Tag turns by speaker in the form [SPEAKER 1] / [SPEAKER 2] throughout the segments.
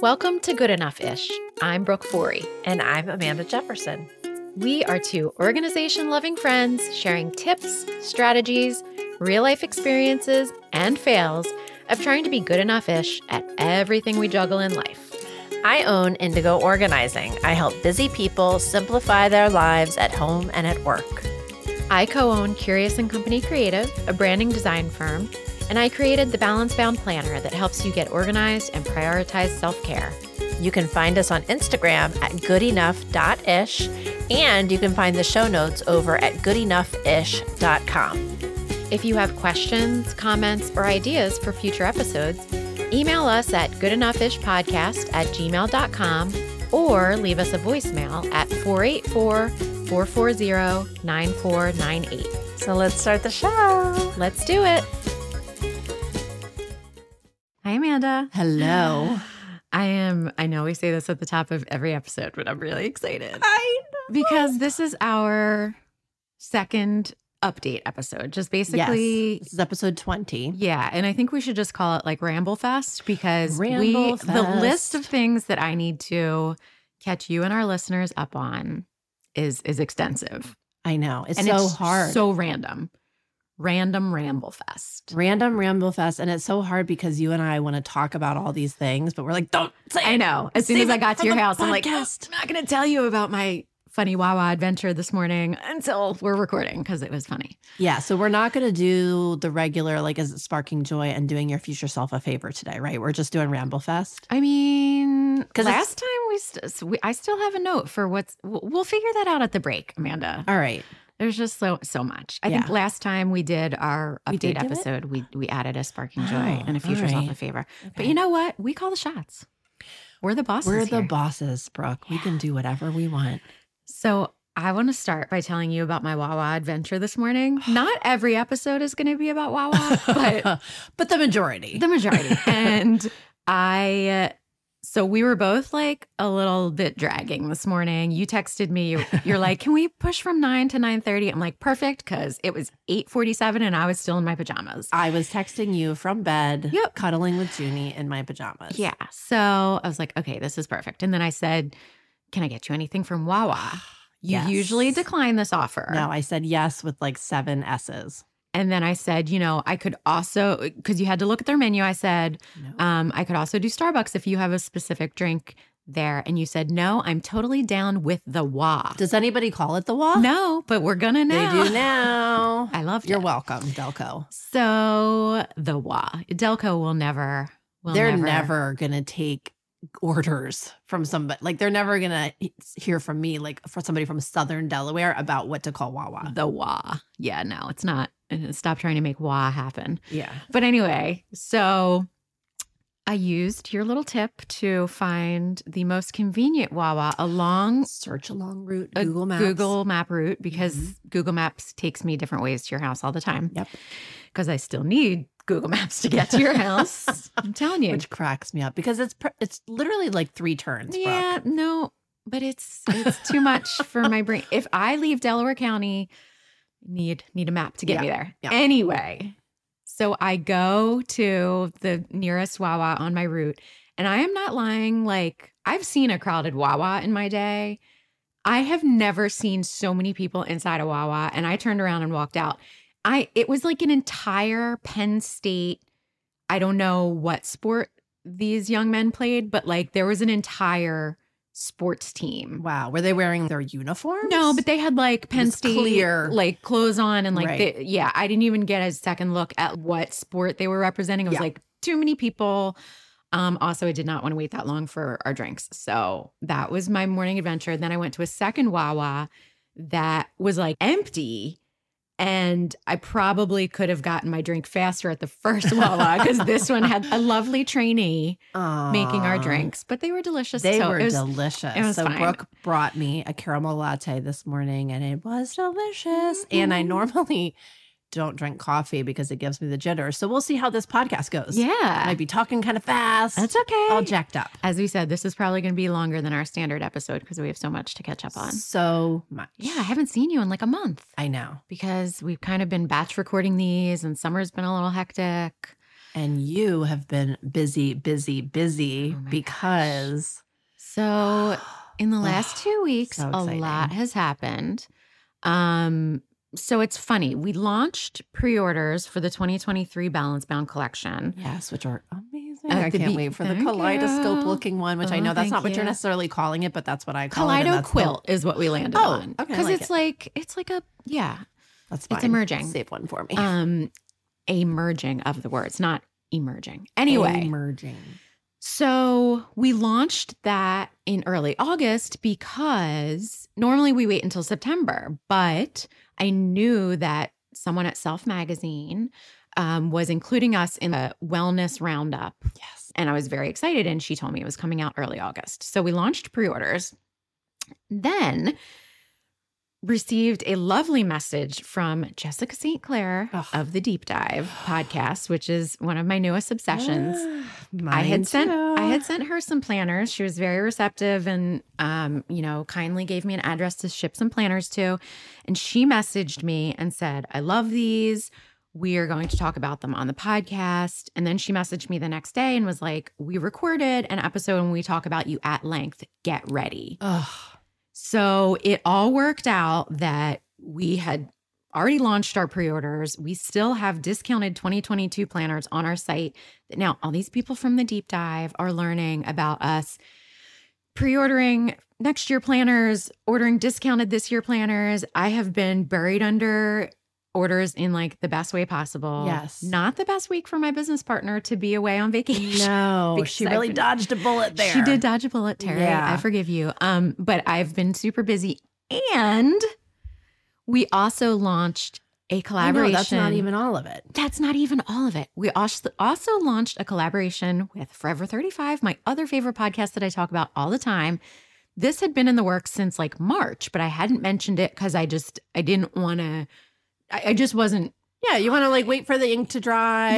[SPEAKER 1] Welcome to Good Enough Ish. I'm Brooke Forey.
[SPEAKER 2] And I'm Amanda Jefferson.
[SPEAKER 1] We are two organization loving friends sharing tips, strategies, real life experiences, and fails of trying to be good enough ish at everything we juggle in life.
[SPEAKER 2] I own Indigo Organizing. I help busy people simplify their lives at home and at work.
[SPEAKER 1] I co own Curious and Company Creative, a branding design firm, and I created the Balance Bound Planner that helps you get organized and prioritize self care.
[SPEAKER 2] You can find us on Instagram at goodenoughIsh, and you can find the show notes over at goodenoughIsh.com.
[SPEAKER 1] If you have questions, comments, or ideas for future episodenoughishpodcast email us at goodenoughishpodcast at gmail.com or leave us a voicemail at 484 440 9498.
[SPEAKER 2] So let's start the show.
[SPEAKER 1] Let's do it. Hi, Amanda.
[SPEAKER 3] Hello.
[SPEAKER 1] I am, I know we say this at the top of every episode, but I'm really excited
[SPEAKER 2] I
[SPEAKER 1] because this is our second update episode. Just basically,
[SPEAKER 3] yes. This is episode 20.
[SPEAKER 1] Yeah, and I think we should just call it like Ramble Fest because we
[SPEAKER 3] Ramble
[SPEAKER 1] the list of
[SPEAKER 3] Fest.
[SPEAKER 1] things that I need to catch you and our listeners up on is is extensive.
[SPEAKER 3] I know. It's
[SPEAKER 1] and
[SPEAKER 3] so hard.
[SPEAKER 1] So random. Random Ramble Fest.
[SPEAKER 3] random ramble fest. And it's so hard because you and I want to talk about all these things, but we're like, don't say
[SPEAKER 1] I
[SPEAKER 3] it.
[SPEAKER 1] know. As soon as
[SPEAKER 3] Save
[SPEAKER 1] I
[SPEAKER 3] it
[SPEAKER 1] got to
[SPEAKER 3] for
[SPEAKER 1] your
[SPEAKER 3] the
[SPEAKER 1] house, I'm like, "Oh,
[SPEAKER 3] podcast."
[SPEAKER 1] I'm not going to tell you about my funny Wawa adventure this morning until we're recording because it was funny.
[SPEAKER 3] Yeah. So we're not going to do the regular, like, is it sparking joy and doing your future self a favor today, right? We're just doing ramble fest.
[SPEAKER 1] I mean,
[SPEAKER 3] 'Cause it's-
[SPEAKER 1] last time we, st- we, I still have a note for what's. We'll we'll figure that out at the break, Amanda.
[SPEAKER 3] All right.
[SPEAKER 1] There's just so so much. I think
[SPEAKER 3] Yeah.
[SPEAKER 1] last time we did our
[SPEAKER 3] We
[SPEAKER 1] update
[SPEAKER 3] did do it?
[SPEAKER 1] episode, we we added a sparking joy
[SPEAKER 3] Oh,
[SPEAKER 1] and a future self a
[SPEAKER 3] alright.
[SPEAKER 1] favor. But
[SPEAKER 3] Okay.
[SPEAKER 1] you know what? We call the shots. We're the bosses.
[SPEAKER 3] We're the
[SPEAKER 1] here.
[SPEAKER 3] bosses, Brooke. We can do whatever we want.
[SPEAKER 1] so I want to start by telling you about my Wawa adventure this morning. Not every episode is going to be about Wawa, but
[SPEAKER 3] But the majority.
[SPEAKER 1] The majority. and I, uh, so we were both like a little bit dragging this morning. You texted me. You're, you're like, "Can we push from nine to nine 30? I'm like, "Perfect," because it was eight forty seven and I was still in my pajamas.
[SPEAKER 3] I was texting you from bed,
[SPEAKER 1] Yep.
[SPEAKER 3] cuddling with Junie in my pajamas.
[SPEAKER 1] Yeah. So I was like, "Okay, this is perfect." And then I said, "Can I get you anything from Wawa?" You
[SPEAKER 3] Yes.
[SPEAKER 1] usually decline this offer.
[SPEAKER 3] No, I said yes with like seven S's.
[SPEAKER 1] And then I said, you know, I could also, because you had to look at their menu. I said,
[SPEAKER 3] No.
[SPEAKER 1] Um, I could also do Starbucks if you have a specific drink there. And you said, no, I'm totally down with the wah.
[SPEAKER 3] Does anybody call it the wall?
[SPEAKER 1] no, but we're gonna know.
[SPEAKER 3] They do now.
[SPEAKER 1] I loved
[SPEAKER 3] You're
[SPEAKER 1] it.
[SPEAKER 3] welcome, Delco.
[SPEAKER 1] So the wah. Delco will never. Will
[SPEAKER 3] they're
[SPEAKER 1] never.
[SPEAKER 3] never, gonna take orders from somebody. Like they're never gonna he- hear from me, like for somebody from Southern Delaware about what to call Wawa.
[SPEAKER 1] the wah. Yeah, no, it's not. uh, Stop trying to make wah happen.
[SPEAKER 3] Yeah,
[SPEAKER 1] But anyway, so I used your little tip to find the most convenient Wawa along
[SPEAKER 3] search along route,
[SPEAKER 1] a
[SPEAKER 3] Google Maps, Mm-hmm.
[SPEAKER 1] Google Map route because Google Maps takes me different ways to your house all the time.
[SPEAKER 3] Yep.
[SPEAKER 1] Because I still need Google Maps to get to your house. I'm telling you.
[SPEAKER 3] which cracks me up because it's pr- it's literally like three turns. Brooke.
[SPEAKER 1] yeah, no, but it's it's too much for my brain. If I leave Delaware County, need need a map to get me there.
[SPEAKER 3] yeah.
[SPEAKER 1] Anyway, so I go to the nearest Wawa on my route, and I am not lying. Like I've seen a crowded Wawa in my day. I have never seen so many people inside a Wawa, and I turned around and walked out. I it was like an entire Penn State. I don't know what sport these young men played, but like there was an entire sports team.
[SPEAKER 3] Wow, were they wearing their uniforms?
[SPEAKER 1] No, but they had like Penn
[SPEAKER 3] was
[SPEAKER 1] State
[SPEAKER 3] clear.
[SPEAKER 1] like clothes on and like
[SPEAKER 3] Right.
[SPEAKER 1] they, yeah, I didn't even get a second look at what sport they were representing. It was
[SPEAKER 3] Yeah.
[SPEAKER 1] like too many people. Um, also, I did not want to wait that long for our drinks, so that was my morning adventure. Then I went to a second Wawa that was like empty. And I probably could have gotten my drink faster at the first Wawa because this one had a lovely trainee
[SPEAKER 3] Aw.
[SPEAKER 1] making our drinks, but they were delicious.
[SPEAKER 3] They
[SPEAKER 1] so
[SPEAKER 3] were
[SPEAKER 1] it was
[SPEAKER 3] delicious.
[SPEAKER 1] it was
[SPEAKER 3] so
[SPEAKER 1] fine.
[SPEAKER 3] Brooke brought me a caramel latte this morning and it was delicious. And I
[SPEAKER 1] Mhm.
[SPEAKER 3] normally don't drink coffee because it gives me the jitters. So we'll see how this podcast goes. I
[SPEAKER 1] yeah,
[SPEAKER 3] might be talking kind of fast.
[SPEAKER 1] that's okay.
[SPEAKER 3] all jacked up.
[SPEAKER 1] As we said, this is probably going to be longer than our standard episode because we have so much to catch up on.
[SPEAKER 3] So much.
[SPEAKER 1] Yeah, I haven't seen you in like a month
[SPEAKER 3] I know.
[SPEAKER 1] because we've kind of been batch recording these and summer's been a little hectic.
[SPEAKER 3] And you have been busy, busy, busy
[SPEAKER 1] Oh my gosh.
[SPEAKER 3] because
[SPEAKER 1] So in the last two weeks,
[SPEAKER 3] So
[SPEAKER 1] a lot
[SPEAKER 3] exciting.
[SPEAKER 1] has happened. Um, so it's funny. We launched pre-orders for the 2023 Balance Bound collection.
[SPEAKER 3] Yes, which are amazing.
[SPEAKER 1] At
[SPEAKER 3] I
[SPEAKER 1] the
[SPEAKER 3] can't
[SPEAKER 1] be-
[SPEAKER 3] wait for Uh, the
[SPEAKER 1] Thank you.
[SPEAKER 3] kaleidoscope looking one, which I
[SPEAKER 1] Oh,
[SPEAKER 3] know that's not
[SPEAKER 1] thank
[SPEAKER 3] what you're
[SPEAKER 1] you.
[SPEAKER 3] necessarily calling it, but that's what I call it. and
[SPEAKER 1] Kaleido
[SPEAKER 3] that's the-
[SPEAKER 1] quilt is what we landed
[SPEAKER 3] Oh,
[SPEAKER 1] on.
[SPEAKER 3] okay, I
[SPEAKER 1] Because
[SPEAKER 3] like
[SPEAKER 1] it's
[SPEAKER 3] it.
[SPEAKER 1] like it's like a yeah,
[SPEAKER 3] That's fine.
[SPEAKER 1] It's emerging.
[SPEAKER 3] Save one for me.
[SPEAKER 1] um a merging of the words, not emerging. Anyway.
[SPEAKER 3] emerging.
[SPEAKER 1] So we launched that in early August because normally we wait until September, but I knew that someone at Self Magazine um, was including us in a wellness roundup.
[SPEAKER 3] Yes.
[SPEAKER 1] And I was very excited. And she told me it was coming out early August. So we launched pre orders. Then received a lovely message from Jessica St. Clair
[SPEAKER 3] Ugh.
[SPEAKER 1] of the Deep Dive podcast, which is one of my newest obsessions. I
[SPEAKER 3] Mine
[SPEAKER 1] had sent I
[SPEAKER 3] too.
[SPEAKER 1] had sent her some planners. She was very receptive and um, you know, kindly gave me an address to ship some planners to. And she messaged me and said, "I love these. We are going to talk about them on the podcast." And then she messaged me the next day and was like, "We recorded an episode and we talk about you at length. Get ready."
[SPEAKER 3] Ugh.
[SPEAKER 1] So it all worked out that we had already launched our pre orders. We still have discounted 2022 planners on our site. That Now, all these people from the deep dive are learning about us pre ordering next year planners, ordering discounted this year planners. I have been buried under orders in like the best way possible.
[SPEAKER 3] Yes.
[SPEAKER 1] Not the best week for my business partner to be away on vacation.
[SPEAKER 3] No,
[SPEAKER 1] Because
[SPEAKER 3] she
[SPEAKER 1] I've
[SPEAKER 3] really
[SPEAKER 1] been-
[SPEAKER 3] dodged a bullet there.
[SPEAKER 1] She did dodge a bullet, Terry.
[SPEAKER 3] Yeah.
[SPEAKER 1] I forgive you. Um, but I've been super busy, and we also launched a
[SPEAKER 3] I
[SPEAKER 1] collaboration.
[SPEAKER 3] know, that's not even all of it.
[SPEAKER 1] That's not even all of it. We als- also launched a collaboration with Forever 35, my other favorite podcast that I talk about all the time. This had been in the works since like March, but I hadn't mentioned it because I just I didn't want to. I, I just wasn't.
[SPEAKER 3] Yeah, you want to like wait for the ink to dry, like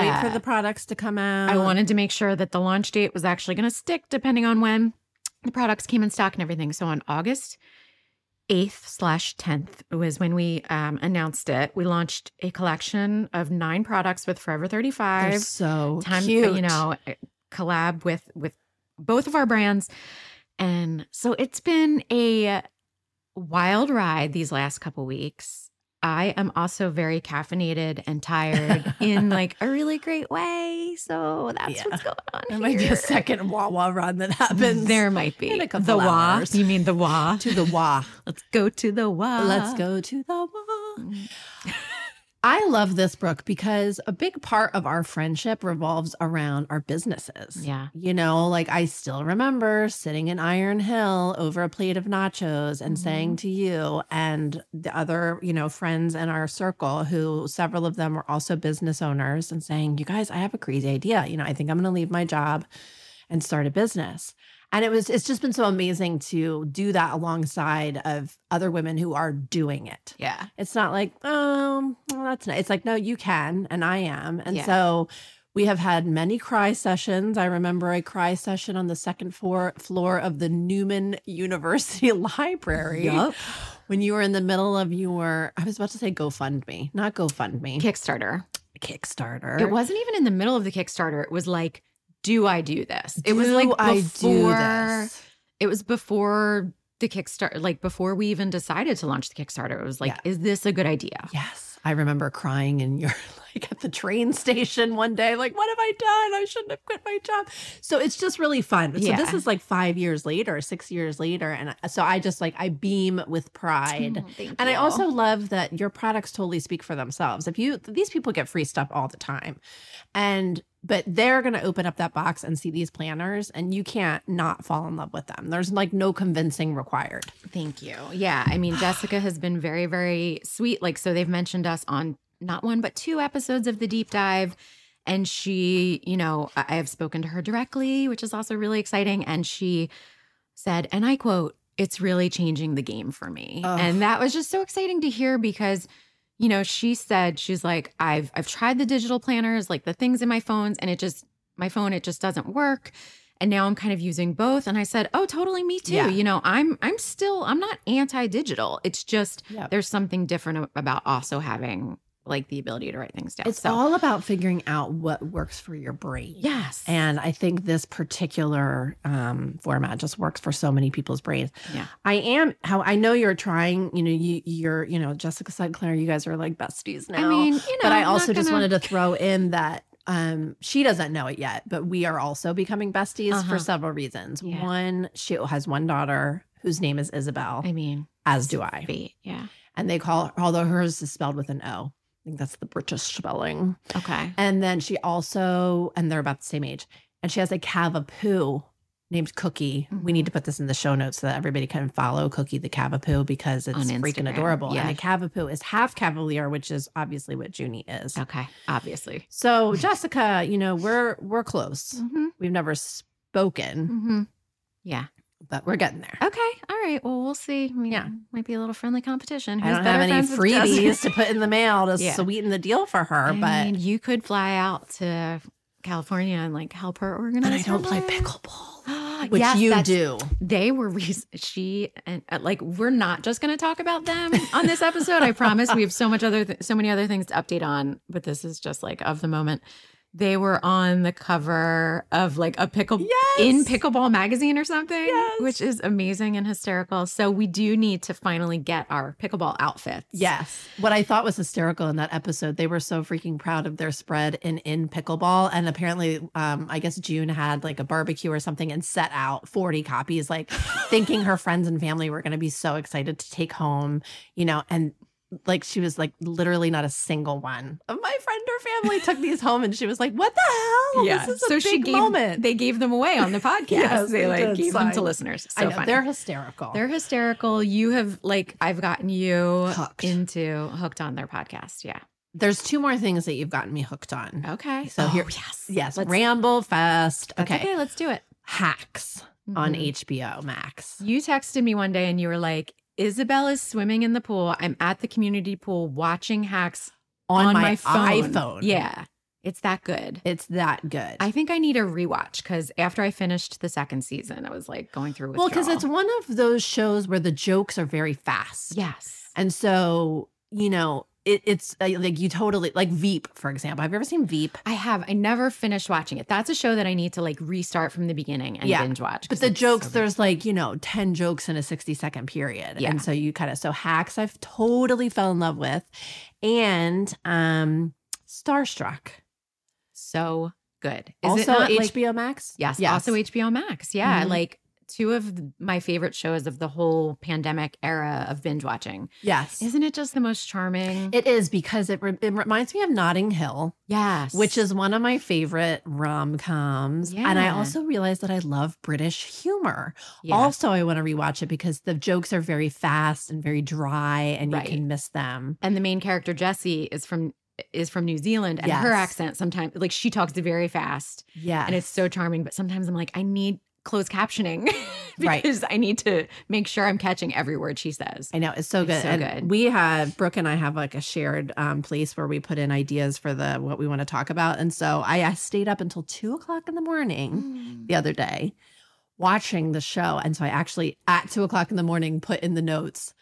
[SPEAKER 3] wait
[SPEAKER 1] Yeah.
[SPEAKER 3] for the products to come out.
[SPEAKER 1] I wanted to make sure that the launch date was actually going to stick depending on when the products came in stock and everything. So on August 8th slash 10th was when we um, announced it. We launched a collection of nine products with Forever 35.
[SPEAKER 3] They're so
[SPEAKER 1] time
[SPEAKER 3] cute.
[SPEAKER 1] you know eh, collab with with both of our brands and so it's been a wild ride these last couple weeks i am also very caffeinated and tired in like a really great way so that's
[SPEAKER 3] Yeah.
[SPEAKER 1] what's going on
[SPEAKER 3] There might be
[SPEAKER 1] here.
[SPEAKER 3] a second Wawa run that happens.
[SPEAKER 1] there might be
[SPEAKER 3] in a couple
[SPEAKER 1] the wah
[SPEAKER 3] hours.
[SPEAKER 1] you mean the wah
[SPEAKER 3] to the Wah.
[SPEAKER 1] let's go to the wah
[SPEAKER 3] Let's go to the wall. I love this, Brooke, because a big part of our friendship revolves around our businesses.
[SPEAKER 1] yeah
[SPEAKER 3] You know, like I still remember sitting in Iron Hill over a plate of nachos and
[SPEAKER 1] Mhm.
[SPEAKER 3] saying to you and the other, you know, friends in our circle who several of them were also business owners and saying, You guys, I have a crazy idea. You know, I think I'm going to leave my job and start a business. And it was, it's just been so amazing to do that alongside of other women who are doing it.
[SPEAKER 1] yeah
[SPEAKER 3] It's not like, oh, well, that's nice. It's like, no, you can, and I am. And
[SPEAKER 1] Yeah.
[SPEAKER 3] so we have had many cry sessions. I remember a cry session on the second floor floor of the Newman University Library
[SPEAKER 1] Yup.
[SPEAKER 3] when you were in the middle of your, I was about to say GoFundMe, not GoFundMe,
[SPEAKER 1] kickstarter
[SPEAKER 3] Kickstarter.
[SPEAKER 1] It wasn't even in the middle of the Kickstarter. It was like, do I do this? It was
[SPEAKER 3] Do
[SPEAKER 1] like
[SPEAKER 3] I do
[SPEAKER 1] before
[SPEAKER 3] this?
[SPEAKER 1] it was before the Kickstarter, like before we even decided to launch the Kickstarter. It was like,
[SPEAKER 3] Yeah.
[SPEAKER 1] is this a good idea?
[SPEAKER 3] Yes. I remember crying in your like at the train station one day, like, what have I done? I shouldn't have quit my job. So it's just really fun. So this
[SPEAKER 1] Yeah.
[SPEAKER 3] is like five years later, six years later. And so I just like I beam with pride.
[SPEAKER 1] Oh, thank
[SPEAKER 3] And I
[SPEAKER 1] you.
[SPEAKER 3] also love that your products totally speak for themselves. If you these people get free stuff all the time. And but they're going to open up that box and see these planners and you can't not fall in love with them. There's like no convincing required.
[SPEAKER 1] Thank you. Yeah. I mean, Jessica has been very, very sweet. Like, so they've mentioned us on not one, but two episodes of the deep dive. And she, you know, I I have spoken to her directly, which is also really exciting. And she said, and I quote, it's really changing the game for me.
[SPEAKER 3] Ugh.
[SPEAKER 1] And that was just so exciting to hear because, you know, she said, she's like, I've I've tried the digital planners, like the things in my phones, and it just my phone, it just doesn't work and now I'm kind of using both. And I said, "Oh, totally, me too."
[SPEAKER 3] Yeah.
[SPEAKER 1] You know, I'm I'm still I'm not anti-digital. It's just
[SPEAKER 3] Yeah.
[SPEAKER 1] there's something different a- about also having like the ability to write things down.
[SPEAKER 3] It's all about figuring out what works for your brain.
[SPEAKER 1] yes.
[SPEAKER 3] And I think this particular um, format just works for so many people's brains.
[SPEAKER 1] Yeah.
[SPEAKER 3] I am how I know you're trying, you know, you you're, you know, Jessica St. Clair, you guys are like besties now.
[SPEAKER 1] I mean, you know,
[SPEAKER 3] but I
[SPEAKER 1] I'm not
[SPEAKER 3] also just
[SPEAKER 1] gonna-
[SPEAKER 3] wanted to throw in that um she doesn't know it yet, but we are also becoming besties
[SPEAKER 1] Uh-huh.
[SPEAKER 3] for several reasons.
[SPEAKER 1] Yeah.
[SPEAKER 3] One, she has one daughter whose name is Isabel,
[SPEAKER 1] I mean,
[SPEAKER 3] as do I.
[SPEAKER 1] fate. Yeah.
[SPEAKER 3] And they call although hers is spelled with an O. I think that's the British spelling.
[SPEAKER 1] Okay.
[SPEAKER 3] And then she also, and they're about the same age, and she has a cavapoo named Cookie. We
[SPEAKER 1] Mm-hmm.
[SPEAKER 3] need to put this in the show notes so that everybody can follow Cookie the cavapoo because it's
[SPEAKER 1] On
[SPEAKER 3] freaking
[SPEAKER 1] Instagram,
[SPEAKER 3] adorable.
[SPEAKER 1] yeah.
[SPEAKER 3] And a cavapoo is half cavalier, which is obviously what Junie is.
[SPEAKER 1] Okay. Obviously.
[SPEAKER 3] So Jessica, you know, we're we're close.
[SPEAKER 1] Mm-hmm.
[SPEAKER 3] We've never spoken,
[SPEAKER 1] Mm-hmm. Yeah.
[SPEAKER 3] but we're getting there.
[SPEAKER 1] Okay. All right. Well, we'll see. I mean,
[SPEAKER 3] Yeah.
[SPEAKER 1] Might be a little friendly competition.
[SPEAKER 3] I
[SPEAKER 1] Who's
[SPEAKER 3] don't have
[SPEAKER 1] better
[SPEAKER 3] any
[SPEAKER 1] friends with Jess?
[SPEAKER 3] freebies to put in the mail to
[SPEAKER 1] Yeah.
[SPEAKER 3] sweeten the deal for her,
[SPEAKER 1] I
[SPEAKER 3] but
[SPEAKER 1] mean, you could fly out to California and like help her organize.
[SPEAKER 3] and I don't
[SPEAKER 1] her
[SPEAKER 3] play
[SPEAKER 1] life.
[SPEAKER 3] pickleball, which
[SPEAKER 1] Yes,
[SPEAKER 3] you
[SPEAKER 1] that's-
[SPEAKER 3] do.
[SPEAKER 1] They were re- she and uh, like we're not just going to talk about them on this episode. I promise. We have so much other th- so many other things to update on, but this is just like of the moment. They were on the cover of like a pickle
[SPEAKER 3] Yes.
[SPEAKER 1] in Pickleball magazine or something,
[SPEAKER 3] Yes.
[SPEAKER 1] which is amazing and hysterical. So we do need to finally get our pickleball outfits.
[SPEAKER 3] Yes. What I thought was hysterical in that episode, they were so freaking proud of their spread in in pickleball, and apparently, um, I guess June had like a barbecue or something and set out forty copies, like thinking her friends and family were going to be so excited to take home, you know, and like she was like literally not a single one of my friend or family took these home, and she was like, "What the hell?
[SPEAKER 1] yeah.
[SPEAKER 3] Oh, This is a
[SPEAKER 1] so
[SPEAKER 3] big
[SPEAKER 1] she gave
[SPEAKER 3] moment."
[SPEAKER 1] they gave them away on the podcast.
[SPEAKER 3] Yes,
[SPEAKER 1] they
[SPEAKER 3] they
[SPEAKER 1] like
[SPEAKER 3] did.
[SPEAKER 1] gave them to
[SPEAKER 3] Sorry.
[SPEAKER 1] listeners.
[SPEAKER 3] I
[SPEAKER 1] So
[SPEAKER 3] know
[SPEAKER 1] funny.
[SPEAKER 3] they're hysterical.
[SPEAKER 1] They're hysterical. You have like I've gotten you
[SPEAKER 3] Hooked.
[SPEAKER 1] into hooked on their podcast. Yeah.
[SPEAKER 3] There's two more things that you've gotten me hooked on.
[SPEAKER 1] Okay.
[SPEAKER 3] So
[SPEAKER 1] Oh,
[SPEAKER 3] here-
[SPEAKER 1] yes,
[SPEAKER 3] Yes,
[SPEAKER 1] Let's,
[SPEAKER 3] Ramble Fest.
[SPEAKER 1] that's
[SPEAKER 3] Okay.
[SPEAKER 1] okay. Let's do it.
[SPEAKER 3] Hacks. on
[SPEAKER 1] Mhm.
[SPEAKER 3] HBO Max.
[SPEAKER 1] You texted me one day and you were like, "Isabel is swimming in the pool. I'm at the community pool watching hacks on, my, phone.
[SPEAKER 3] iPhone.
[SPEAKER 1] Yeah, it's that good.
[SPEAKER 3] It's that good.
[SPEAKER 1] I think I need a rewatch because after I finished the second season, I was like going through.
[SPEAKER 3] well, because it's
[SPEAKER 1] withdrawal.
[SPEAKER 3] one of those shows where the jokes are very fast.
[SPEAKER 1] yes.
[SPEAKER 3] And so, you know, it, it's uh, like you totally, like Veep, for example. Have you ever seen Veep?
[SPEAKER 1] I have. I never finished watching it. That's a show that I need to like restart from the beginning and
[SPEAKER 3] Yeah.
[SPEAKER 1] binge watch.
[SPEAKER 3] But
[SPEAKER 1] 'cause
[SPEAKER 3] the
[SPEAKER 1] it's
[SPEAKER 3] jokes,
[SPEAKER 1] so good.
[SPEAKER 3] there's like, you know, 10 jokes in a 60 second period.
[SPEAKER 1] Yeah.
[SPEAKER 3] And so you kind of, so hacks I've totally fell in love with. And um Starstruck.
[SPEAKER 1] so good. Is
[SPEAKER 3] also
[SPEAKER 1] it not like-
[SPEAKER 3] HBO Max?
[SPEAKER 1] yes,
[SPEAKER 3] Yes.
[SPEAKER 1] Also HBO Max. Yeah.
[SPEAKER 3] Mhm.
[SPEAKER 1] Like two of th- my favorite shows of the whole pandemic era of binge watching.
[SPEAKER 3] Yes.
[SPEAKER 1] Isn't it just the most charming?
[SPEAKER 3] It is because it, re- it reminds me of Notting Hill.
[SPEAKER 1] yes.
[SPEAKER 3] which is one of my favorite rom coms. And I
[SPEAKER 1] Yeah.
[SPEAKER 3] also realized that I love British humor.
[SPEAKER 1] yeah.
[SPEAKER 3] Also, I want to rewatch it because the jokes are very fast and very dry and
[SPEAKER 1] Right.
[SPEAKER 3] you can miss them.
[SPEAKER 1] and the main character Jessie is from is from New Zealand and her
[SPEAKER 3] Yes.
[SPEAKER 1] accent sometimes like she talks very fast
[SPEAKER 3] Yeah.
[SPEAKER 1] and it's so charming but sometimes I'm like I need closed captioning
[SPEAKER 3] Right.
[SPEAKER 1] because I need to make sure I'm catching every word she says.
[SPEAKER 3] I know it's so
[SPEAKER 1] It's
[SPEAKER 3] good.
[SPEAKER 1] so
[SPEAKER 3] and
[SPEAKER 1] good.
[SPEAKER 3] we have Brooke and I have like a shared um, place where we put in ideas for the what we want to talk about. And so I, I stayed up until two o'clock in the morning the other day watching the show. And so I actually at two o'clock in the morning put in the notes.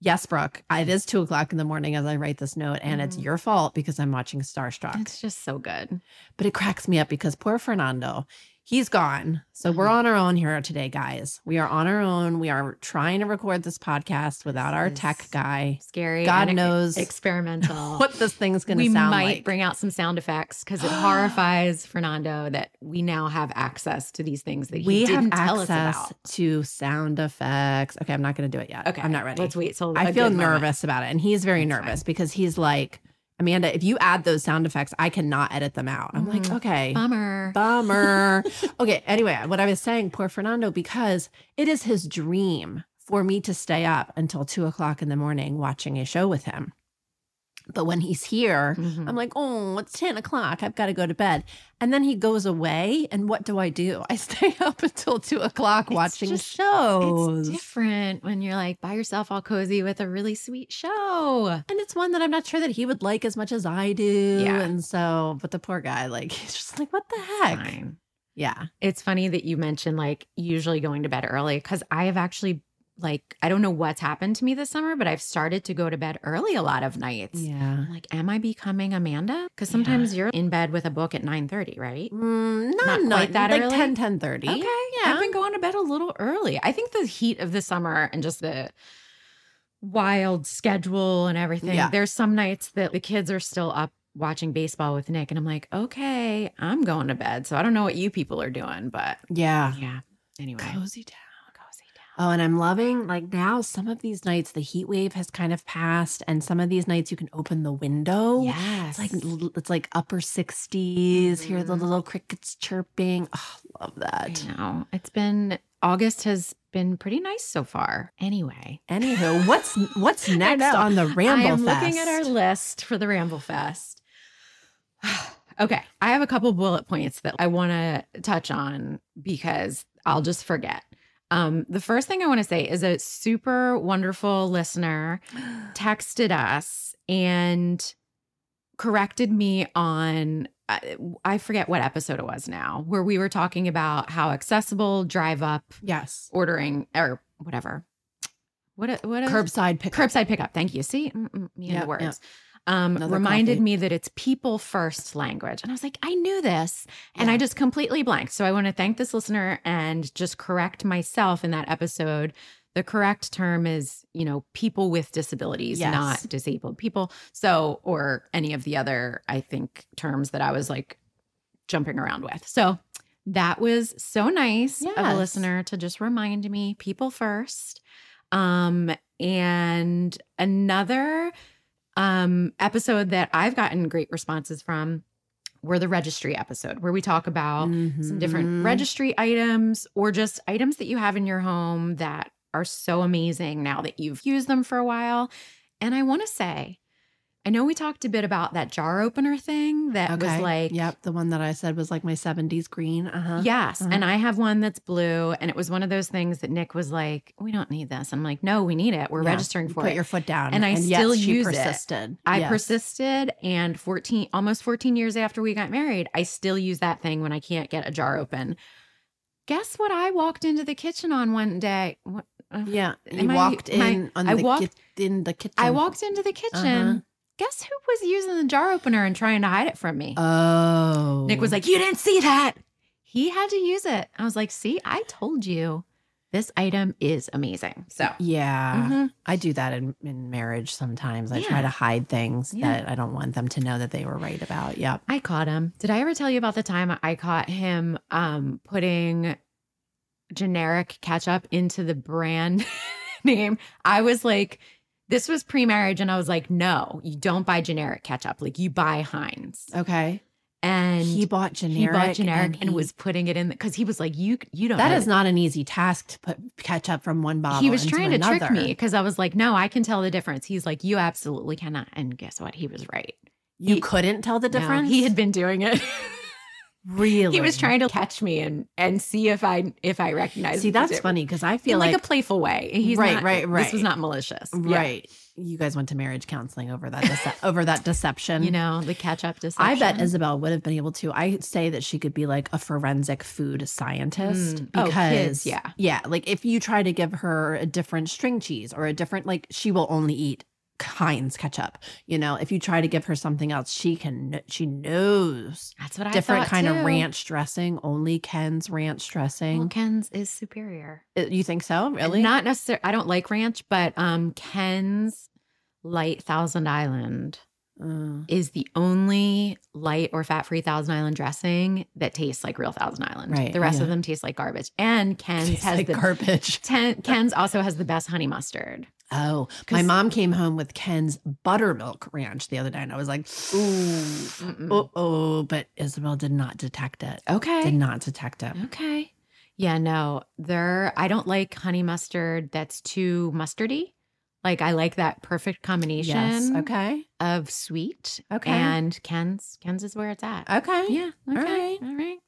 [SPEAKER 3] Yes, Brooke, it is two o'clock in the morning as I write this note, and it's
[SPEAKER 1] Mhm.
[SPEAKER 3] your fault because I'm watching Starstruck.
[SPEAKER 1] It's just so good.
[SPEAKER 3] but it cracks me up because poor Fernando, he's gone. So we're
[SPEAKER 1] Mhm.
[SPEAKER 3] on our own here today, guys. We are on our own. We are trying to record this podcast without our
[SPEAKER 1] This
[SPEAKER 3] tech
[SPEAKER 1] is-
[SPEAKER 3] guy.
[SPEAKER 1] Scary.
[SPEAKER 3] God
[SPEAKER 1] and e-
[SPEAKER 3] knows
[SPEAKER 1] Experimental.
[SPEAKER 3] what this thing's going
[SPEAKER 1] we
[SPEAKER 3] to sound
[SPEAKER 1] might
[SPEAKER 3] like.
[SPEAKER 1] bring out some sound effects because it horrifies Fernando that we now have access to these things that he
[SPEAKER 3] we have
[SPEAKER 1] didn't tell us
[SPEAKER 3] access
[SPEAKER 1] about.
[SPEAKER 3] to sound effects. Okay, I'm not going to do it yet.
[SPEAKER 1] Okay,
[SPEAKER 3] I'm not ready.
[SPEAKER 1] Let's wait till
[SPEAKER 3] I
[SPEAKER 1] a
[SPEAKER 3] feel
[SPEAKER 1] good moment.
[SPEAKER 3] nervous about it. And he's very
[SPEAKER 1] That's fine.
[SPEAKER 3] nervous because he's like, Amanda, if you add those sound effects, I cannot edit them out. I'm
[SPEAKER 1] Mhm.
[SPEAKER 3] like, okay.
[SPEAKER 1] Bummer.
[SPEAKER 3] Bummer. okay. Anyway, what I was saying, poor Fernando, because it is his dream for me to stay up until two o'clock in the morning watching a show with him. But when he's here,
[SPEAKER 1] Mhm.
[SPEAKER 3] I'm like, oh, it's 10 o'clock. I've got to go to bed. And then he goes away. And what do I do? I stay up until two o'clock
[SPEAKER 1] It's
[SPEAKER 3] watching
[SPEAKER 1] just-
[SPEAKER 3] shows.
[SPEAKER 1] It's different when you're like by yourself, all cozy with a really sweet show.
[SPEAKER 3] and it's one that I'm not sure that he would like as much as I do.
[SPEAKER 1] Yeah.
[SPEAKER 3] And so, but the poor guy, like, he's just like, what the heck?
[SPEAKER 1] Fine.
[SPEAKER 3] Yeah.
[SPEAKER 1] It's funny that you mentioned like usually going to bed early because I have actually like I don't know what's happened to me this summer, but I've started to go to bed early a lot of nights.
[SPEAKER 3] Yeah.
[SPEAKER 1] I'm like, am I becoming Amanda? Because sometimes you're in bed with a book at 9:30, right?
[SPEAKER 3] Mm, not,
[SPEAKER 1] Not
[SPEAKER 3] not
[SPEAKER 1] quite that
[SPEAKER 3] like
[SPEAKER 1] early?
[SPEAKER 3] 10, 10 30.
[SPEAKER 1] Okay, yeah. I've been going to bed a little early. I think the heat of the summer and just the wild schedule and everything.
[SPEAKER 3] Yeah.
[SPEAKER 1] There's some nights that the kids are still up watching baseball with Nick, and I'm like, okay, I'm going to bed. So I don't know what you people are doing, but
[SPEAKER 3] Yeah.
[SPEAKER 1] yeah. Anyway,
[SPEAKER 3] Cozy down.
[SPEAKER 1] cozy down.
[SPEAKER 3] Oh, and I'm loving like now some of these nights the heat wave has kind of passed, and some of these nights you can open the window.
[SPEAKER 1] yes,
[SPEAKER 3] It's Oh, like l- it's like upper 60s, hear the
[SPEAKER 1] Mhm.
[SPEAKER 3] little crickets chirping. Oh, love that.
[SPEAKER 1] I know. It's been August has been pretty nice so far. Anyway,
[SPEAKER 3] Anywho, what's what's next
[SPEAKER 1] know.
[SPEAKER 3] on the Ramble
[SPEAKER 1] I am
[SPEAKER 3] Fest?
[SPEAKER 1] looking at our list for the Ramble Fest. okay, I have a couple bullet points that I want to touch on because I'll just forget. Um, the first thing I want to say is a super wonderful listener texted us and corrected me on I I forget what episode it was now where we were talking about how accessible drive up
[SPEAKER 3] yes.
[SPEAKER 1] ordering or whatever. What a, what a,
[SPEAKER 3] Curbside pickup.
[SPEAKER 1] curbside pickup. Thank you. See, Mm-mm, me and
[SPEAKER 3] Yeah,
[SPEAKER 1] the words.
[SPEAKER 3] yeah.
[SPEAKER 1] Um,
[SPEAKER 3] Another
[SPEAKER 1] reminded
[SPEAKER 3] coffee.
[SPEAKER 1] me that it's people first language, and I was like, I knew this, and
[SPEAKER 3] Yeah.
[SPEAKER 1] I just completely blanked. So I want to thank this listener and just correct myself in that episode. The correct term is, you know, people with disabilities,
[SPEAKER 3] Yes.
[SPEAKER 1] not disabled people. So, or any of the other, I think, terms that I was like jumping around with. So that was so nice of
[SPEAKER 3] Yes.
[SPEAKER 1] a listener to just remind me people first. Um, and another um, episode that I've gotten great responses from were the registry episode where we talk about some different
[SPEAKER 3] Mhm.
[SPEAKER 1] registry items or just items that you have in your home that are so amazing now that you've used them for a while. And I want to say, I know we talked a bit about that jar opener thing that was like,
[SPEAKER 3] yep, the one that I said was like my 70s green. Uh huh.
[SPEAKER 1] Yes.
[SPEAKER 3] Uh-huh.
[SPEAKER 1] And I have one that's blue. And it was one of those things that Nick was like, we don't need this. I'm like, no, we need it. We're
[SPEAKER 3] Yeah,
[SPEAKER 1] registering
[SPEAKER 3] you
[SPEAKER 1] for
[SPEAKER 3] put
[SPEAKER 1] it.
[SPEAKER 3] your foot down,
[SPEAKER 1] And I
[SPEAKER 3] yes,
[SPEAKER 1] still
[SPEAKER 3] she
[SPEAKER 1] use it.
[SPEAKER 3] persisted.
[SPEAKER 1] I
[SPEAKER 3] Yes.
[SPEAKER 1] persisted and 14 almost 14 years after we got married, I still use that thing when I can't get a jar open. Guess what I walked into the kitchen on one day? What- uh,
[SPEAKER 3] Yeah, you
[SPEAKER 1] Am I-
[SPEAKER 3] walked
[SPEAKER 1] my-
[SPEAKER 3] in on
[SPEAKER 1] I
[SPEAKER 3] the
[SPEAKER 1] walked-
[SPEAKER 3] kit- in the kitchen.
[SPEAKER 1] I walked into the kitchen.
[SPEAKER 3] Uh-huh.
[SPEAKER 1] Guess who was using the jar opener and trying to hide it from me?
[SPEAKER 3] Oh,
[SPEAKER 1] Nick was like, You didn't see that. He had to use it. I was like, See, I told you this item is amazing. So,
[SPEAKER 3] "Yeah,
[SPEAKER 1] mhm.
[SPEAKER 3] I do that in, in marriage sometimes. I try
[SPEAKER 1] Yeah.
[SPEAKER 3] to hide things
[SPEAKER 1] Yeah.
[SPEAKER 3] that I don't want them to know that they were right about." Yep.
[SPEAKER 1] I caught him. Did I ever tell you about the time I caught him um, putting generic ketchup into the brand name? I was like, this was pre marriage. And I was like, no, you don't buy generic ketchup. Like, you buy Heinz.
[SPEAKER 3] Okay.
[SPEAKER 1] And
[SPEAKER 3] he
[SPEAKER 1] he,
[SPEAKER 3] bought generic.
[SPEAKER 1] bought generic and,
[SPEAKER 3] he-
[SPEAKER 1] was putting it in because he was like, you, you don't
[SPEAKER 3] That
[SPEAKER 1] know
[SPEAKER 3] is not an easy task to put ketchup from one bottle.
[SPEAKER 1] he was
[SPEAKER 3] into
[SPEAKER 1] trying to trick
[SPEAKER 3] another.
[SPEAKER 1] me because I was like, no, I can tell the difference. He's like, you absolutely cannot. And guess what? He was right.
[SPEAKER 3] You
[SPEAKER 1] He-
[SPEAKER 3] couldn't tell the
[SPEAKER 1] No,
[SPEAKER 3] difference.
[SPEAKER 1] he had been doing it.
[SPEAKER 3] really.
[SPEAKER 1] he was trying to catch me and and see if I if I recognized.
[SPEAKER 3] See,
[SPEAKER 1] the
[SPEAKER 3] that's
[SPEAKER 1] difference.
[SPEAKER 3] funny because I
[SPEAKER 1] In
[SPEAKER 3] feel
[SPEAKER 1] like,
[SPEAKER 3] like,
[SPEAKER 1] a playful way. He's
[SPEAKER 3] Right,
[SPEAKER 1] not-
[SPEAKER 3] right,
[SPEAKER 1] This
[SPEAKER 3] right.
[SPEAKER 1] was not malicious, Yeah.
[SPEAKER 3] right. You guys went to marriage counseling over that dece- over that deception.
[SPEAKER 1] You know, the catch up deception.
[SPEAKER 3] I bet Isabel would have been able to. I say that she could be like a forensic food scientist
[SPEAKER 1] Mm. Oh,
[SPEAKER 3] because,
[SPEAKER 1] kids, yeah.
[SPEAKER 3] yeah, like if you try to give her a different string cheese or a different, like she will only eat Heinz ketchup. You know, if you try to give her something else, she can. kn- She knows
[SPEAKER 1] That's what I
[SPEAKER 3] different
[SPEAKER 1] thought,
[SPEAKER 3] kind
[SPEAKER 1] too.
[SPEAKER 3] of ranch dressing. Only Ken's ranch
[SPEAKER 1] Well,
[SPEAKER 3] dressing.
[SPEAKER 1] Ken's is superior.
[SPEAKER 3] Uh, You think so? Really?
[SPEAKER 1] Not necessarily. I don't like ranch, but um, Ken's Light Thousand Island
[SPEAKER 3] Mm.
[SPEAKER 1] is the only light or fat free Thousand Island dressing that tastes like real Thousand Island.
[SPEAKER 3] Right,
[SPEAKER 1] The rest
[SPEAKER 3] yeah.
[SPEAKER 1] of them taste like garbage. And Ken's
[SPEAKER 3] Tastes
[SPEAKER 1] has
[SPEAKER 3] like
[SPEAKER 1] the
[SPEAKER 3] garbage.
[SPEAKER 1] ten, Ken's also has the best honey mustard.
[SPEAKER 3] Oh, my
[SPEAKER 1] 'Cause-
[SPEAKER 3] mom came home with Ken's buttermilk ranch the other day, and I was like, ooh.
[SPEAKER 1] Mm-mm.
[SPEAKER 3] Oh, oh, but Isabel did not detect it.
[SPEAKER 1] okay.
[SPEAKER 3] Did not detect it.
[SPEAKER 1] Okay. Yeah, no. There I don't like honey mustard that's too mustardy. Like I like that perfect combination
[SPEAKER 3] Yes. Okay.
[SPEAKER 1] of sweet.
[SPEAKER 3] Okay.
[SPEAKER 1] And Ken's Ken's is where it's at.
[SPEAKER 3] Okay.
[SPEAKER 1] Yeah. Okay.
[SPEAKER 3] right.
[SPEAKER 1] All right.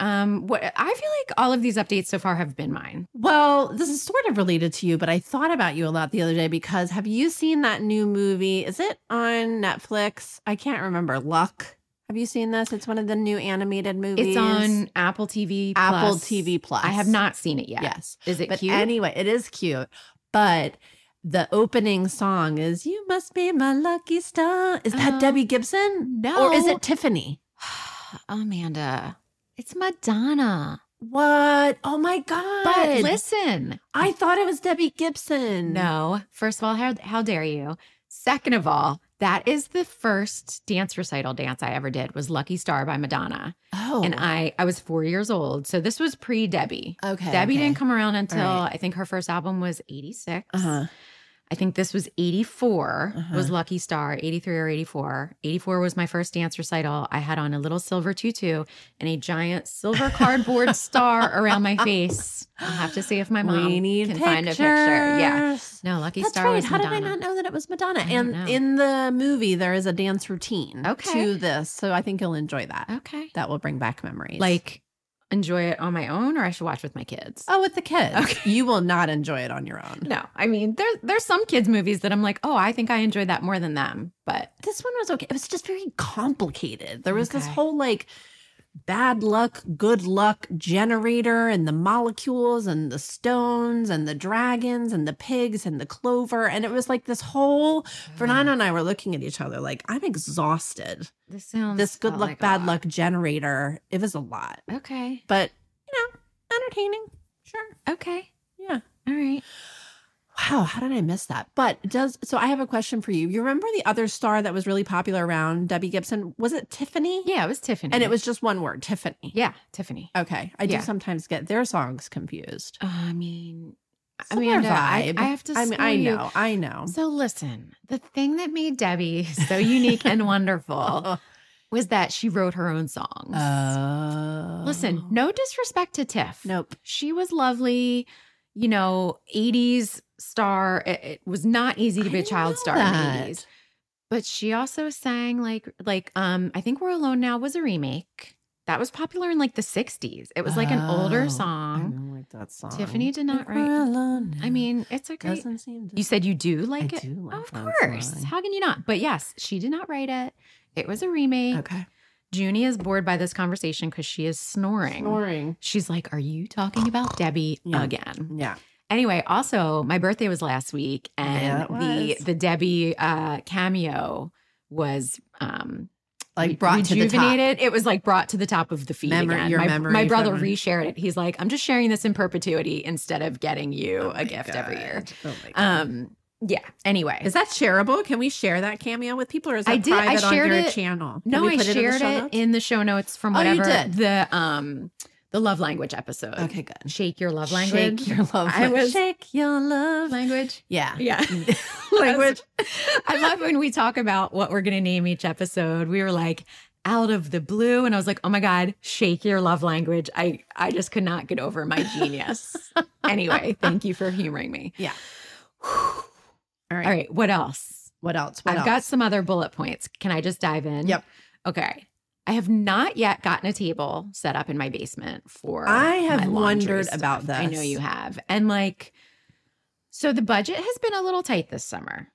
[SPEAKER 1] Um what I feel like all of these updates so far have been mine.
[SPEAKER 3] Well, this is sort of related to you, but I thought about you a lot the other day because have you seen that new movie? Is it on Netflix? I can't remember. Luck. Have you seen this? It's one of the new animated movies.
[SPEAKER 1] It's on Apple TV.
[SPEAKER 3] Apple
[SPEAKER 1] Plus.
[SPEAKER 3] TV Plus.
[SPEAKER 1] I have not seen it yet.
[SPEAKER 3] Yes.
[SPEAKER 1] Is it
[SPEAKER 3] But
[SPEAKER 1] cute?
[SPEAKER 3] anyway, it is cute. But the opening song is You Must Be My Lucky Star. Is that
[SPEAKER 1] Uh,
[SPEAKER 3] Debbie Gibson?
[SPEAKER 1] no.
[SPEAKER 3] Or is it Tiffany?
[SPEAKER 1] Amanda, it's Madonna.
[SPEAKER 3] What? Oh my God.
[SPEAKER 1] But listen.
[SPEAKER 3] I thought it was Debbie Gibson.
[SPEAKER 1] No. First of all, how, how dare you? Second of all, that is the first dance recital dance I ever did was Lucky Star by Madonna.
[SPEAKER 3] Oh.
[SPEAKER 1] And I I was 4 years old. So this was pre Debbie.
[SPEAKER 3] okay.
[SPEAKER 1] Debbie
[SPEAKER 3] okay.
[SPEAKER 1] didn't come around until
[SPEAKER 3] right.
[SPEAKER 1] I think her first album was 86.
[SPEAKER 3] Uh-huh.
[SPEAKER 1] I think this was 84 was
[SPEAKER 3] Uh-huh.
[SPEAKER 1] Lucky Star, 83 or 84. 84 was my first dance recital. I had on a little silver tutu and a giant silver cardboard star around my face. I'll have to see if my mom
[SPEAKER 3] we need
[SPEAKER 1] can
[SPEAKER 3] pictures.
[SPEAKER 1] find a picture. Yeah. No, Lucky
[SPEAKER 3] That's
[SPEAKER 1] Star
[SPEAKER 3] right.
[SPEAKER 1] was
[SPEAKER 3] How
[SPEAKER 1] Madonna.
[SPEAKER 3] did I not know that it was Madonna?
[SPEAKER 1] I
[SPEAKER 3] And
[SPEAKER 1] don't know.
[SPEAKER 3] in the movie, there is a dance routine
[SPEAKER 1] Okay.
[SPEAKER 3] to this. So I think you'll enjoy that.
[SPEAKER 1] Okay.
[SPEAKER 3] That will bring back memories.
[SPEAKER 1] Like enjoy it on my own or I should watch with my kids.
[SPEAKER 3] Oh, with the kids.
[SPEAKER 1] Okay.
[SPEAKER 3] You will not enjoy it on your own.
[SPEAKER 1] No, I mean there there's some kids movies that I'm like, "Oh, I think I enjoyed that more than them." But
[SPEAKER 3] This one was okay. It was just very complicated. There was this
[SPEAKER 1] Okay.
[SPEAKER 3] whole like bad luck, good luck generator and the molecules and the stones and the dragons and the pigs and the clover. And it was like this whole
[SPEAKER 1] Oh,
[SPEAKER 3] Fernando and I were looking at each other like, I'm exhausted.
[SPEAKER 1] this sounds
[SPEAKER 3] This good
[SPEAKER 1] felt
[SPEAKER 3] luck,
[SPEAKER 1] like a
[SPEAKER 3] bad
[SPEAKER 1] lot.
[SPEAKER 3] luck generator, it was a lot,
[SPEAKER 1] Okay.
[SPEAKER 3] but you know, entertaining. Sure.
[SPEAKER 1] Okay.
[SPEAKER 3] Yeah.
[SPEAKER 1] All right.
[SPEAKER 3] Wow, how did I miss that? But does so I have a question for you. You remember the other star that was really popular around Debbie Gibson? Was it Tiffany?
[SPEAKER 1] Yeah, it was Tiffany.
[SPEAKER 3] And it was just one word, Tiffany.
[SPEAKER 1] yeah, Tiffany.
[SPEAKER 3] Okay. I
[SPEAKER 1] Yeah.
[SPEAKER 3] do sometimes get their songs confused.
[SPEAKER 1] I mean,
[SPEAKER 3] Similar
[SPEAKER 1] Amanda, I,
[SPEAKER 3] vibe.
[SPEAKER 1] I have to.
[SPEAKER 3] I mean, I
[SPEAKER 1] school you.
[SPEAKER 3] know, I know.
[SPEAKER 1] So listen, the thing that made Debbie so unique and wonderful was that she wrote her own songs.
[SPEAKER 3] Oh.
[SPEAKER 1] listen, no disrespect to Tiff.
[SPEAKER 3] Nope.
[SPEAKER 1] she was lovely. You know, '80s star. It, it was not easy to
[SPEAKER 3] I
[SPEAKER 1] be a
[SPEAKER 3] didn't
[SPEAKER 1] child
[SPEAKER 3] know
[SPEAKER 1] star in
[SPEAKER 3] that.
[SPEAKER 1] the '80s. But she also sang like like um I think We're Alone Now was a remake. That was popular in like the 60s. It was like an older
[SPEAKER 3] Oh, I
[SPEAKER 1] song.
[SPEAKER 3] don't like that song.
[SPEAKER 1] Tiffany did not
[SPEAKER 3] If we're
[SPEAKER 1] write-
[SPEAKER 3] alone
[SPEAKER 1] I
[SPEAKER 3] now,
[SPEAKER 1] mean, it's a great.
[SPEAKER 3] doesn't seem to
[SPEAKER 1] You said you do like
[SPEAKER 3] I
[SPEAKER 1] it?
[SPEAKER 3] do like
[SPEAKER 1] Oh, of
[SPEAKER 3] that
[SPEAKER 1] course.
[SPEAKER 3] song.
[SPEAKER 1] How can you not? But yes, she did not write it. It was a remake.
[SPEAKER 3] Okay.
[SPEAKER 1] Junie is bored by this conversation because she is snoring.
[SPEAKER 3] Snoring.
[SPEAKER 1] She's like, Are you talking about Debbie
[SPEAKER 3] Yeah.
[SPEAKER 1] again?
[SPEAKER 3] Yeah.
[SPEAKER 1] Anyway, also, my birthday was last week
[SPEAKER 3] Yeah,
[SPEAKER 1] and
[SPEAKER 3] it
[SPEAKER 1] the
[SPEAKER 3] was.
[SPEAKER 1] the Debbie uh, cameo was um re-
[SPEAKER 3] Like brought to the top.
[SPEAKER 1] rejuvenated. It was like brought to the top of the feed
[SPEAKER 3] Memor-
[SPEAKER 1] again.
[SPEAKER 3] your
[SPEAKER 1] my,
[SPEAKER 3] memory
[SPEAKER 1] my brother
[SPEAKER 3] from-
[SPEAKER 1] reshared it. He's like, I'm just sharing this in perpetuity instead of getting you
[SPEAKER 3] Oh
[SPEAKER 1] a gift every year. Um, yeah. Anyway,
[SPEAKER 3] is that shareable? Can we share that cameo with people, or is that
[SPEAKER 1] I did- I
[SPEAKER 3] private
[SPEAKER 1] shared
[SPEAKER 3] on your
[SPEAKER 1] it-
[SPEAKER 3] channel? Can
[SPEAKER 1] no,
[SPEAKER 3] we
[SPEAKER 1] I
[SPEAKER 3] put
[SPEAKER 1] shared
[SPEAKER 3] show
[SPEAKER 1] it
[SPEAKER 3] notes?
[SPEAKER 1] in the show notes from
[SPEAKER 3] Oh, you
[SPEAKER 1] whatever
[SPEAKER 3] did.
[SPEAKER 1] the um the love language episode.
[SPEAKER 3] Okay, good.
[SPEAKER 1] Shake your love language.
[SPEAKER 3] Shake your love.
[SPEAKER 1] I
[SPEAKER 3] language.
[SPEAKER 1] was-
[SPEAKER 3] shake your love.
[SPEAKER 1] language.
[SPEAKER 3] Yeah,
[SPEAKER 1] Yeah.
[SPEAKER 3] language.
[SPEAKER 1] I love when we talk about what we're gonna name each episode. We were like out of the blue, and I was like, oh my god, shake your love language. I I just could not get over my genius. anyway, thank you for humoring me.
[SPEAKER 3] Yeah.
[SPEAKER 1] All right. All right. What else?
[SPEAKER 3] What else? What
[SPEAKER 1] I've
[SPEAKER 3] else?
[SPEAKER 1] got some other bullet points. Can I just dive in?
[SPEAKER 3] Yep.
[SPEAKER 1] Okay. I have not yet gotten a table set up in my basement for.
[SPEAKER 3] I have
[SPEAKER 1] my laundry
[SPEAKER 3] wondered
[SPEAKER 1] stuff.
[SPEAKER 3] about
[SPEAKER 1] I know
[SPEAKER 3] this.
[SPEAKER 1] you have, and like, so the budget has been a little tight this summer.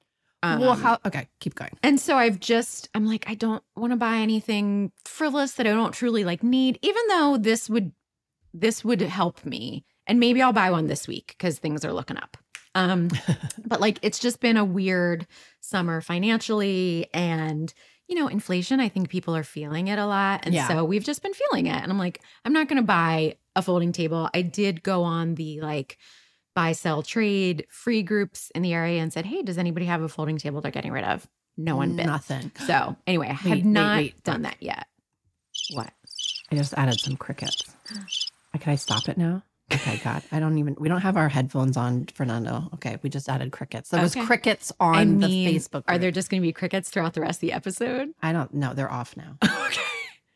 [SPEAKER 3] well,
[SPEAKER 1] Um,
[SPEAKER 3] how? Okay, keep going.
[SPEAKER 1] and so I've just, I'm like, I don't want to buy anything frivolous that I don't truly like need, even though this would, this would help me. And maybe I'll buy one this week because things are looking up. Um, but like, it's just been a weird summer financially and, you know, inflation. I think people are feeling it a lot. And
[SPEAKER 3] Yeah.
[SPEAKER 1] so we've just been feeling it. And I'm like, I'm not going to buy a folding table. I did go on the like, buy, sell, trade free groups in the area and said, Hey, does anybody have a folding table they're getting rid of? No one bid.
[SPEAKER 3] Nothing.
[SPEAKER 1] So anyway, I
[SPEAKER 3] Wait,
[SPEAKER 1] have
[SPEAKER 3] wait,
[SPEAKER 1] not
[SPEAKER 3] wait.
[SPEAKER 1] done that yet. What?
[SPEAKER 3] I just added some crickets. Uh, Can I stop it now? Okay, God, I don't even. We don't have our headphones on, Fernando. Okay, we just added crickets. There was
[SPEAKER 1] Okay.
[SPEAKER 3] crickets on
[SPEAKER 1] I
[SPEAKER 3] the
[SPEAKER 1] mean,
[SPEAKER 3] Facebook.
[SPEAKER 1] Are there
[SPEAKER 3] group.
[SPEAKER 1] just going to be crickets throughout the rest of the episode?
[SPEAKER 3] I don't know. They're off now.
[SPEAKER 1] okay.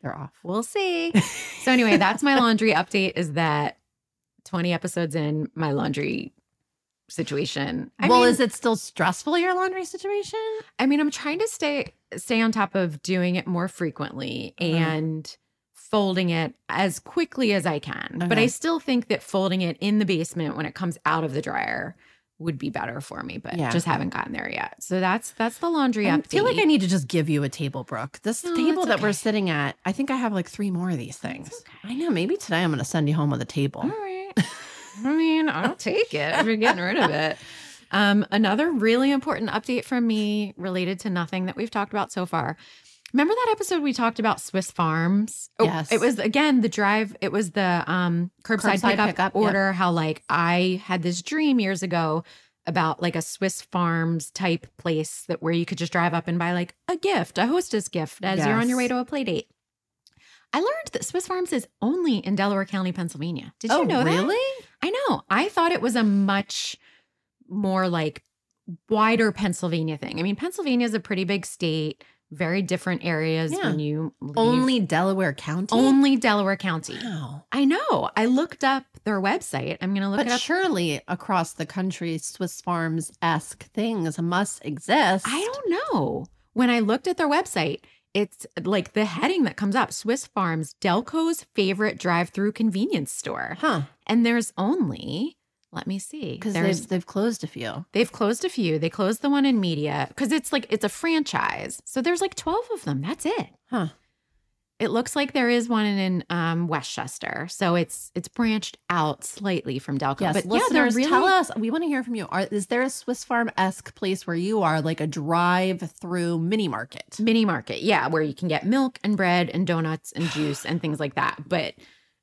[SPEAKER 3] They're off.
[SPEAKER 1] We'll see. So anyway, that's my laundry update is that 20 episodes in my laundry situation. I
[SPEAKER 3] well,
[SPEAKER 1] mean,
[SPEAKER 3] is it still stressful your laundry situation?
[SPEAKER 1] I mean, I'm trying to stay stay on top of doing it more frequently
[SPEAKER 3] Uh-huh.
[SPEAKER 1] and folding it as quickly as I can. But
[SPEAKER 3] Okay.
[SPEAKER 1] I still think that folding it in the basement when it comes out of the dryer would be better for me, but
[SPEAKER 3] Yeah.
[SPEAKER 1] just haven't gotten there yet. So that's that's the laundry
[SPEAKER 3] I
[SPEAKER 1] update.
[SPEAKER 3] feel like I need to just give you a table, Brooke. This
[SPEAKER 1] No,
[SPEAKER 3] table
[SPEAKER 1] that's
[SPEAKER 3] that we're
[SPEAKER 1] okay.
[SPEAKER 3] sitting at, I think I have like three more of these things. I know. Maybe today I'm going to send you home with a table.
[SPEAKER 1] All right. I mean, I'll take it. I've been getting rid of it. Um, another really important update from me related to nothing that we've talked about so far. Remember that episode we talked about Swiss Farms? Oh,
[SPEAKER 3] Yes.
[SPEAKER 1] It was again the drive. It was the um, curbside,
[SPEAKER 3] Curbside
[SPEAKER 1] pickup,
[SPEAKER 3] pickup, yep.
[SPEAKER 1] order. How like I had this dream years ago about like a Swiss Farms type place that where you could just drive up and buy like a gift, a hostess gift, as you're on your way
[SPEAKER 3] Yes.
[SPEAKER 1] to a play date. I learned that Swiss Farms is only in Delaware County, Pennsylvania. Did you
[SPEAKER 3] oh,
[SPEAKER 1] know that?
[SPEAKER 3] really?
[SPEAKER 1] I know. I thought it was a much more like wider Pennsylvania thing. I mean, Pennsylvania is a pretty big state, very different areas
[SPEAKER 3] Yeah.
[SPEAKER 1] when you leave.
[SPEAKER 3] Only Delaware County.
[SPEAKER 1] only Delaware County.
[SPEAKER 3] Wow.
[SPEAKER 1] I know. I looked up their website. I'm going to look
[SPEAKER 3] But
[SPEAKER 1] it up.
[SPEAKER 3] surely across the country, Swiss Farms esque things must exist.
[SPEAKER 1] I don't know. When I looked at their website, it's like the heading that comes up Swiss Farms, Delco's favorite drive through convenience store.
[SPEAKER 3] Huh?
[SPEAKER 1] And there's only, let me see.
[SPEAKER 3] Because
[SPEAKER 1] there's
[SPEAKER 3] they've, they've closed a few.
[SPEAKER 1] They've closed a few. They closed the one in media because it's like it's a franchise. So there's like 12 of them. That's it.
[SPEAKER 3] Huh.
[SPEAKER 1] It looks like there is one in um, Westchester. So it's it's branched out slightly from Delco.
[SPEAKER 3] Yes,
[SPEAKER 1] but yeah, they're
[SPEAKER 3] listeners,
[SPEAKER 1] really
[SPEAKER 3] tell us. We want to hear from you. Are, is there a Swiss Farm esque place where you are, like a drive through mini market?
[SPEAKER 1] mini market. Yeah, where you can get milk and bread and donuts and juice and things like that. But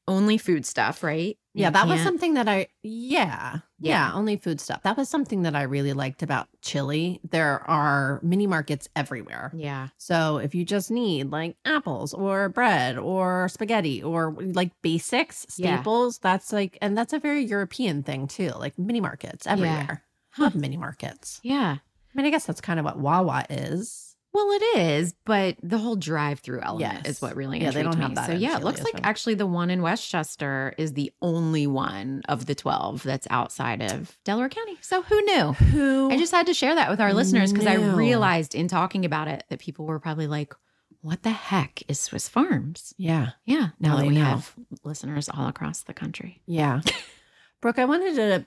[SPEAKER 1] only food stuff, right?
[SPEAKER 3] Yeah,
[SPEAKER 1] You
[SPEAKER 3] that was
[SPEAKER 1] can't-
[SPEAKER 3] something that I yeah, yeah,
[SPEAKER 1] Yeah.
[SPEAKER 3] only food stuff. That was something that I really liked about Chile. There are mini markets everywhere.
[SPEAKER 1] Yeah.
[SPEAKER 3] So if you just need like apples or bread or spaghetti or like basics,
[SPEAKER 1] Yeah.
[SPEAKER 3] staples, that's like and that's a very European thing too, like mini markets everywhere. Love mini markets.
[SPEAKER 1] Yeah.
[SPEAKER 3] I mean, I guess that's kind of what Wawa is.
[SPEAKER 1] Well, it is, but the whole drive-through element
[SPEAKER 3] Yes.
[SPEAKER 1] is what really
[SPEAKER 3] Yeah,
[SPEAKER 1] intrigued
[SPEAKER 3] they don't
[SPEAKER 1] me.
[SPEAKER 3] have that
[SPEAKER 1] so
[SPEAKER 3] in
[SPEAKER 1] yeah, it
[SPEAKER 3] Chile
[SPEAKER 1] looks
[SPEAKER 3] as
[SPEAKER 1] like
[SPEAKER 3] well.
[SPEAKER 1] actually the one in Westchester is the only one of the twelve that's outside of Delaware County. So who knew?
[SPEAKER 3] Who
[SPEAKER 1] I just had to share that with our listeners because I
[SPEAKER 3] No.
[SPEAKER 1] realized in talking about it that people were probably like, "What the heck is Swiss Farms?"
[SPEAKER 3] Yeah.
[SPEAKER 1] Yeah, now
[SPEAKER 3] Now
[SPEAKER 1] that
[SPEAKER 3] they
[SPEAKER 1] we
[SPEAKER 3] know.
[SPEAKER 1] have listeners all across the country.
[SPEAKER 3] Yeah. Brooke, I wanted to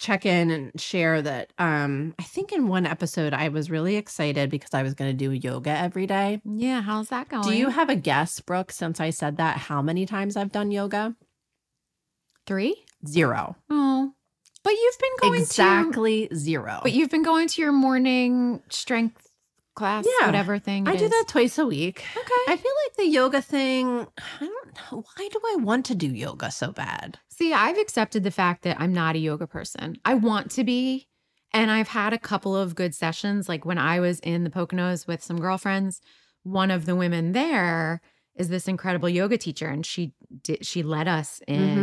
[SPEAKER 3] check in and share that um I think in one episode I was really excited because I was going to do yoga every day.
[SPEAKER 1] Yeah, how's that going?
[SPEAKER 3] Do you have a guess, Brooke, since I said that how many times I've done yoga?
[SPEAKER 1] three?
[SPEAKER 3] Zero.
[SPEAKER 1] Oh, but you've been going to
[SPEAKER 3] exactly zero.
[SPEAKER 1] But you've been going to your morning strength class,
[SPEAKER 3] Yeah.
[SPEAKER 1] whatever thing.
[SPEAKER 3] I
[SPEAKER 1] it
[SPEAKER 3] do
[SPEAKER 1] is.
[SPEAKER 3] that twice a week.
[SPEAKER 1] Okay.
[SPEAKER 3] I feel like the yoga thing, I don't know. Why do I want to do yoga so bad?
[SPEAKER 1] See, I've accepted the fact that I'm not a yoga person. I want to be. And I've had a couple of good sessions. Like when I was in the Poconos with some girlfriends, one of the women there is this incredible yoga teacher. And she did she led us in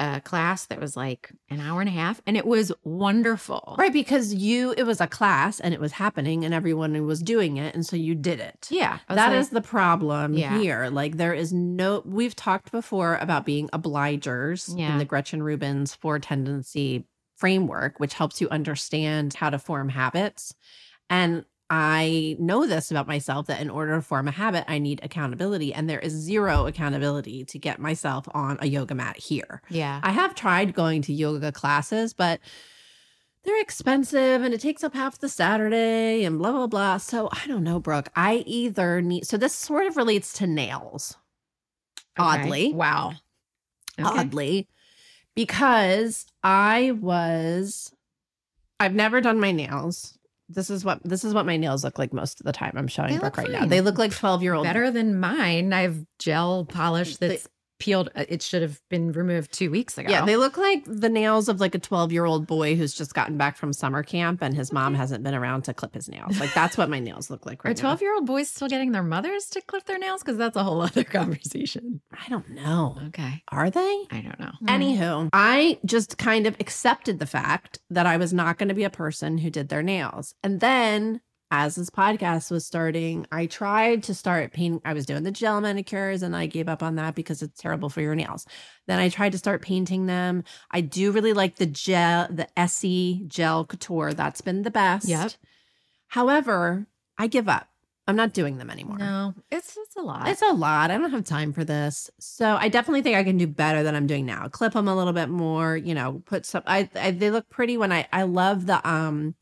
[SPEAKER 3] Mm-hmm.
[SPEAKER 1] a class that was like an hour and a half. And it was wonderful.
[SPEAKER 3] Right, because you it was a class and it was happening and everyone was doing it and so you did it.
[SPEAKER 1] Yeah. I was
[SPEAKER 3] That is
[SPEAKER 1] like,
[SPEAKER 3] the problem
[SPEAKER 1] Yeah.
[SPEAKER 3] here. Like there is no we've talked before about being obligers in
[SPEAKER 1] Yeah.
[SPEAKER 3] the Gretchen Rubin's four tendency framework, which helps you understand how to form habits. And I know this about myself that in order to form a habit, I need accountability. And there is zero accountability to get myself on a yoga mat here.
[SPEAKER 1] Yeah.
[SPEAKER 3] I have tried going to yoga classes, but they're expensive and it takes up half the Saturday and blah, blah, blah. So I don't know, Brooke. I either need, so this sort of relates to nails,
[SPEAKER 1] Okay.
[SPEAKER 3] oddly.
[SPEAKER 1] Wow. Okay.
[SPEAKER 3] oddly, because I was, I've never done my nails. This is what this is what my nails look like most of the time. I'm showing
[SPEAKER 1] They look
[SPEAKER 3] Brooke right now.
[SPEAKER 1] fine.
[SPEAKER 3] They look like 12 year old
[SPEAKER 1] better than mine. I have gel polish
[SPEAKER 3] They-
[SPEAKER 1] that's peeled. Uh, It should have been removed two weeks ago.
[SPEAKER 3] Yeah, they look like the nails of like a 12 year old boy who's just gotten back from summer camp and his mom hasn't been around to clip his nails. Like that's what my nails look like
[SPEAKER 1] Are
[SPEAKER 3] right
[SPEAKER 1] 12 year old boys still getting their mothers to clip their nails? Because that's a whole other conversation.
[SPEAKER 3] now. I don't know.
[SPEAKER 1] Okay.
[SPEAKER 3] Are they?
[SPEAKER 1] I don't know.
[SPEAKER 3] Anywho, I just kind of accepted the fact that I was not going to be a person who did their nails. And then as this podcast was starting, I tried to start painting. I was doing the gel manicures and I gave up on that because it's terrible for your nails. Then I tried to start painting them. I do really like the gel, the E Essie gel couture. That's been the best.
[SPEAKER 1] Yep.
[SPEAKER 3] However, I give up. I'm not doing them anymore.
[SPEAKER 1] No, it's it's a lot.
[SPEAKER 3] It's a lot. I don't have time for this. So I definitely think I can do better than I'm doing now. Clip them a little bit more, you know, put some I, I they look pretty when I I love the um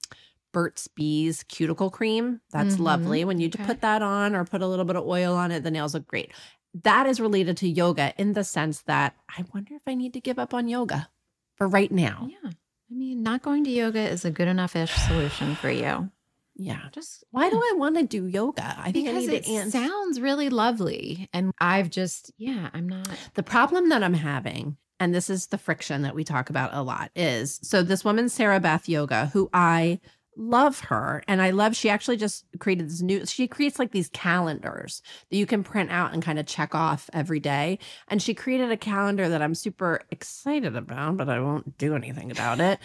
[SPEAKER 3] Burt's Bees cuticle cream. That's
[SPEAKER 1] Mhm.
[SPEAKER 3] lovely. When you
[SPEAKER 1] Okay.
[SPEAKER 3] put that on or put a little bit of oil on it, the nails look great. That is related to yoga in the sense that I wonder if I need to give up on yoga for right now.
[SPEAKER 1] yeah. I mean, not going to yoga is a good enough ish solution for you.
[SPEAKER 3] Yeah.
[SPEAKER 1] Just
[SPEAKER 3] Why do I want to do yoga? I think
[SPEAKER 1] because
[SPEAKER 3] I need
[SPEAKER 1] it
[SPEAKER 3] to ans-
[SPEAKER 1] sounds really lovely, and I've just yeah, I'm not.
[SPEAKER 3] The problem that I'm having, and this is the friction that we talk about a lot, is so this woman, Sarah Beth Yoga, who I love her and I love, she actually just created this new, she creates like these calendars that you can print out and kind of check off every day. And she created a calendar that I'm super excited about, but I won't do anything about it.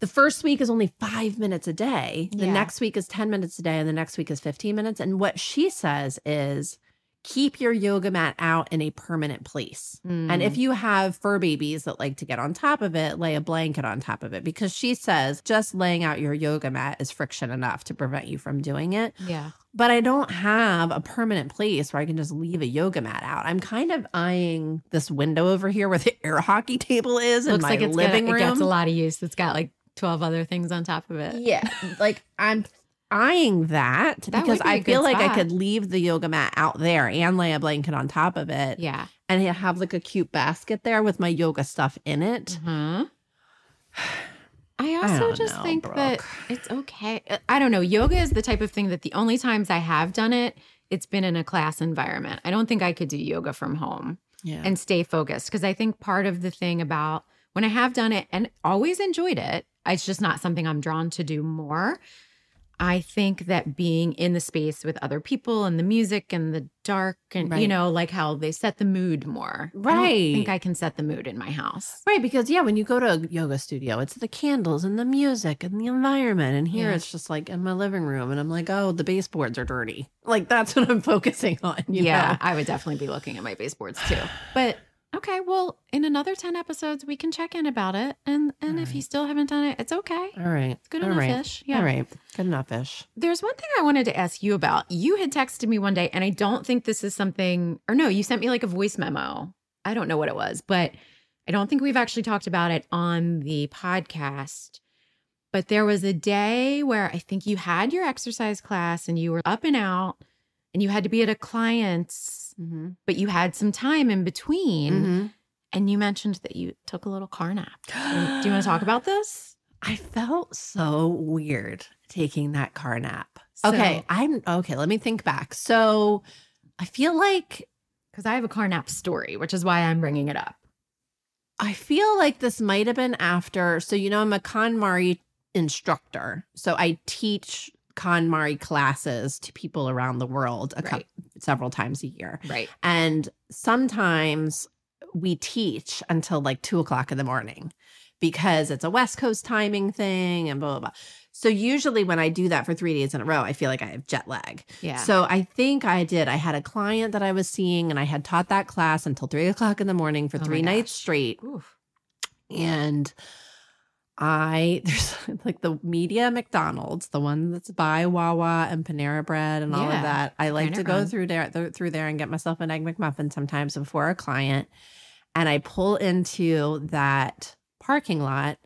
[SPEAKER 3] The first week is only five minutes a day. The
[SPEAKER 1] Yeah.
[SPEAKER 3] next week is 10 minutes a day, and the next week is 15 minutes. And what she says is keep your yoga mat out in a permanent place. And
[SPEAKER 1] Mm.
[SPEAKER 3] if you have fur babies that like to get on top of it, lay a blanket on top of it because she says just laying out your yoga mat is friction enough to prevent you from doing it.
[SPEAKER 1] yeah,
[SPEAKER 3] But I don't have a permanent place where I can just leave a yoga mat out. I'm kind of eyeing this window over here where the air hockey table is in
[SPEAKER 1] looks
[SPEAKER 3] my
[SPEAKER 1] like it's
[SPEAKER 3] living
[SPEAKER 1] gonna,
[SPEAKER 3] room.
[SPEAKER 1] It gets a lot of use. It's got like twelve other things on top of it.
[SPEAKER 3] Yeah, like I'm eyeing that,
[SPEAKER 1] That would
[SPEAKER 3] because
[SPEAKER 1] be a
[SPEAKER 3] I
[SPEAKER 1] good
[SPEAKER 3] feel like I
[SPEAKER 1] spot.
[SPEAKER 3] could leave the yoga mat out there and lay a blanket on top of it
[SPEAKER 1] Yeah.
[SPEAKER 3] and have like a cute basket there with my yoga stuff in it.
[SPEAKER 1] Huh. I
[SPEAKER 3] Mm-hmm. I
[SPEAKER 1] also
[SPEAKER 3] don't
[SPEAKER 1] just
[SPEAKER 3] know,
[SPEAKER 1] think that
[SPEAKER 3] Brooke.
[SPEAKER 1] it's okay. Uh, I don't know. Yoga is the type of thing that the only times I have done it, it's been in a class environment. I don't think I could do yoga from home
[SPEAKER 3] Yeah.
[SPEAKER 1] and stay focused because I think part of the thing about when I have done it and always enjoyed it, it's just not something I'm drawn to do more. I think that being in the space with other people and the music and the dark and you
[SPEAKER 3] Right.
[SPEAKER 1] know like how they set the mood more. I don't think
[SPEAKER 3] Right.
[SPEAKER 1] I can set the mood in my house.
[SPEAKER 3] Right, because yeah, when you go to a yoga studio, it's the candles and the music and the environment. And here
[SPEAKER 1] Yeah.
[SPEAKER 3] it's just like in my living room, and I'm like, oh, the baseboards are dirty. Like that's what I'm focusing on. you
[SPEAKER 1] yeah,
[SPEAKER 3] know?
[SPEAKER 1] I would definitely be looking at my baseboards too. But okay, well, in another 10 episodes we can check in about it and and if you
[SPEAKER 3] Alright.
[SPEAKER 1] still haven't done it, it's okay.
[SPEAKER 3] All right.
[SPEAKER 1] It's good
[SPEAKER 3] All
[SPEAKER 1] enough
[SPEAKER 3] right.
[SPEAKER 1] ish. Yeah.
[SPEAKER 3] All right. Good enough ish.
[SPEAKER 1] There's one thing I wanted to ask you about. You had texted me one day, and I don't think this is something, or no, you sent me like a voice memo. I don't know what it was, but I don't think we've actually talked about it on the podcast. But there was a day where I think you had your exercise class and you were up and out and you had to be at a client's,
[SPEAKER 3] Mm-hmm.
[SPEAKER 1] but you had some time in between. And you mentioned that you took a little car nap. Do you want to talk about this?
[SPEAKER 3] I felt so weird taking that car nap. okay,
[SPEAKER 1] So-
[SPEAKER 3] I'm okay. Let me think back. So I feel like
[SPEAKER 1] Because I have a car nap story, which is why I'm bringing it up.
[SPEAKER 3] I feel like this might have been after. So you know, I'm a KonMari instructor, so I teach KonMari classes to people around the world a
[SPEAKER 1] Right.
[SPEAKER 3] cou- several times a year,
[SPEAKER 1] Right.
[SPEAKER 3] and sometimes we teach until like two o'clock in the morning because it's a West Coast timing thing and blah blah blah. So usually when I do that for three days in a row, I feel like I have jet lag.
[SPEAKER 1] Yeah.
[SPEAKER 3] So I think I did. I had a client that I was seeing, and I had taught that class until three o'clock in the morning for
[SPEAKER 1] Oh my
[SPEAKER 3] three nights
[SPEAKER 1] gosh.
[SPEAKER 3] straight.
[SPEAKER 1] Oof.
[SPEAKER 3] And I there's like the media McDonald's, the one that's by Wawa and Panera Bread and all
[SPEAKER 1] Yeah.
[SPEAKER 3] of that. I like
[SPEAKER 1] Panera
[SPEAKER 3] to go
[SPEAKER 1] Bread.
[SPEAKER 3] through there th- through there and get myself an egg McMuffin sometimes before a client. And I pull into that parking lot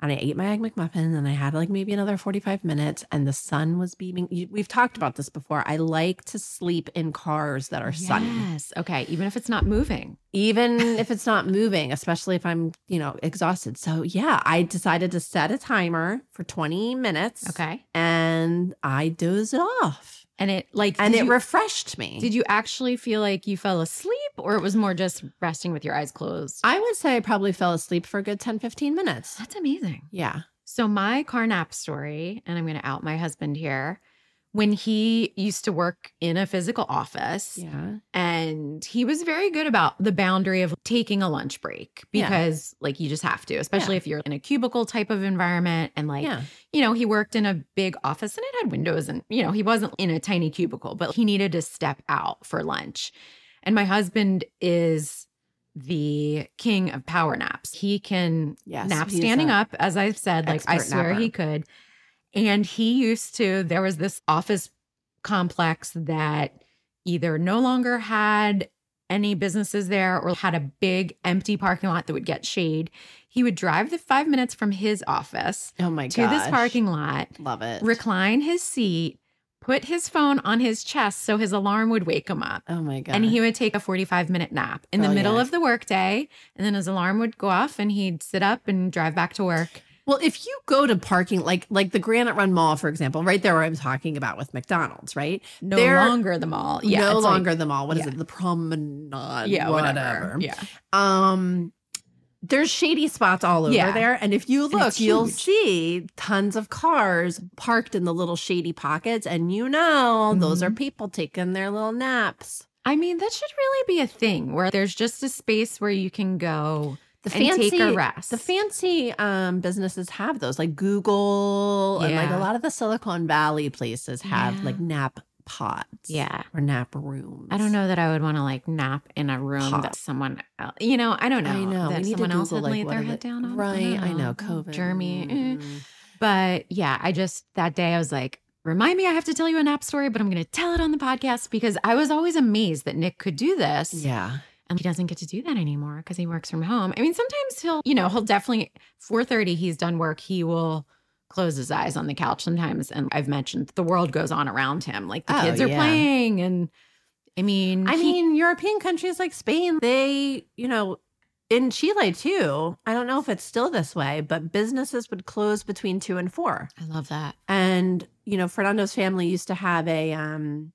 [SPEAKER 3] and I ate my egg McMuffin and I had like maybe another 45 minutes and the sun was beaming. You- We've talked about this before. I like to sleep in cars that are sunny
[SPEAKER 1] Yes. Okay. Even if it's not moving.
[SPEAKER 3] even if it's not moving, especially if I'm, you know, exhausted. So, yeah, I decided to set a timer for 20 minutes.
[SPEAKER 1] Okay.
[SPEAKER 3] And I dozed off
[SPEAKER 1] And it like
[SPEAKER 3] and
[SPEAKER 1] did
[SPEAKER 3] it
[SPEAKER 1] you,
[SPEAKER 3] refreshed me.
[SPEAKER 1] did you actually feel like you fell asleep or it was more just resting with your eyes closed?
[SPEAKER 3] I would say I probably fell asleep for a good 10, 15 minutes.
[SPEAKER 1] That's amazing.
[SPEAKER 3] Yeah.
[SPEAKER 1] So my car nap story, and I'm gonna out my husband here. When he used to work in a physical office,
[SPEAKER 3] Yeah.
[SPEAKER 1] and he was very good about the boundary of taking a lunch break
[SPEAKER 3] Yeah.
[SPEAKER 1] because, like, you just have to, especially
[SPEAKER 3] Yeah.
[SPEAKER 1] if you're in a cubicle type of environment and, like,
[SPEAKER 3] yeah.
[SPEAKER 1] you know, he worked in a big office and it had windows and, you know, he wasn't in a tiny cubicle, but he needed to step out for lunch. And my husband is the king of power naps. He can
[SPEAKER 3] Yes.
[SPEAKER 1] nap
[SPEAKER 3] he's
[SPEAKER 1] standing
[SPEAKER 3] a-
[SPEAKER 1] up, as I've said, like I
[SPEAKER 3] expert
[SPEAKER 1] swear
[SPEAKER 3] napper.
[SPEAKER 1] he could. And he used to, there was this office complex that either no longer had any businesses there or had a big empty parking lot that would get shade. He would drive the five minutes from his office
[SPEAKER 3] Oh my
[SPEAKER 1] to this parking lot,
[SPEAKER 3] Love it.
[SPEAKER 1] recline his seat, put his phone on his chest so his alarm would wake him up.
[SPEAKER 3] oh my god.
[SPEAKER 1] And he would take a 45 minute nap in the
[SPEAKER 3] Oh,
[SPEAKER 1] middle
[SPEAKER 3] yeah.
[SPEAKER 1] of the workday. And then his alarm would go off and he'd sit up and drive back to work.
[SPEAKER 3] Well, if you go to parking like like the Granite Run Mall, for example, right there where I'm talking about with McDonald's, right?
[SPEAKER 1] No
[SPEAKER 3] They're-
[SPEAKER 1] longer the mall. Yeah.
[SPEAKER 3] no
[SPEAKER 1] it's like-
[SPEAKER 3] longer the mall. What is
[SPEAKER 1] yeah.
[SPEAKER 3] it? The promenade.
[SPEAKER 1] yeah. Whatever. Yeah.
[SPEAKER 3] Um there's shady spots all over
[SPEAKER 1] Yeah.
[SPEAKER 3] there. And if you
[SPEAKER 1] And
[SPEAKER 3] look,
[SPEAKER 1] it's
[SPEAKER 3] you'll
[SPEAKER 1] huge.
[SPEAKER 3] see tons of cars parked in the little shady pockets. And you know, those are people taking their little naps.
[SPEAKER 1] I mean, that should really be a thing where there's just a space where you can go
[SPEAKER 3] The
[SPEAKER 1] and take a rest.
[SPEAKER 3] The fancy um, businesses have those, like Google and like
[SPEAKER 1] Yeah.
[SPEAKER 3] a lot of the Silicon Valley places have like nap pods,
[SPEAKER 1] Yeah.
[SPEAKER 3] or nap rooms.
[SPEAKER 1] I don't know that I would want to like nap in a room
[SPEAKER 3] Hot.
[SPEAKER 1] that someone else, you know, I don't know.
[SPEAKER 3] I know.
[SPEAKER 1] That
[SPEAKER 3] we need
[SPEAKER 1] someone
[SPEAKER 3] to
[SPEAKER 1] else had
[SPEAKER 3] Google, like,
[SPEAKER 1] laid
[SPEAKER 3] what
[SPEAKER 1] their
[SPEAKER 3] are
[SPEAKER 1] head
[SPEAKER 3] the-
[SPEAKER 1] down on. uh-huh.
[SPEAKER 3] Right, I know. COVID,
[SPEAKER 1] Jeremy. eh.
[SPEAKER 3] mm.
[SPEAKER 1] But yeah, I just, that day I was like, remind me I have to tell you a nap story, but I'm going to tell it on the podcast because I was always amazed that Nick could do this.
[SPEAKER 3] Yeah,
[SPEAKER 1] and he doesn't get to do that anymore because he works from home. I mean, sometimes he'll, you know, he'll definitely 4:30 he's done work, he will close his eyes on the couch sometimes and I've mentioned the world goes on around him. Like the
[SPEAKER 3] Oh,
[SPEAKER 1] kids are
[SPEAKER 3] yeah.
[SPEAKER 1] playing and I mean,
[SPEAKER 3] I
[SPEAKER 1] he-
[SPEAKER 3] mean, European countries like Spain, they, you know, in Chile too. I don't know if it's still this way, but businesses would close between two and four.
[SPEAKER 1] I love that.
[SPEAKER 3] and you know fernando's family used to have a um,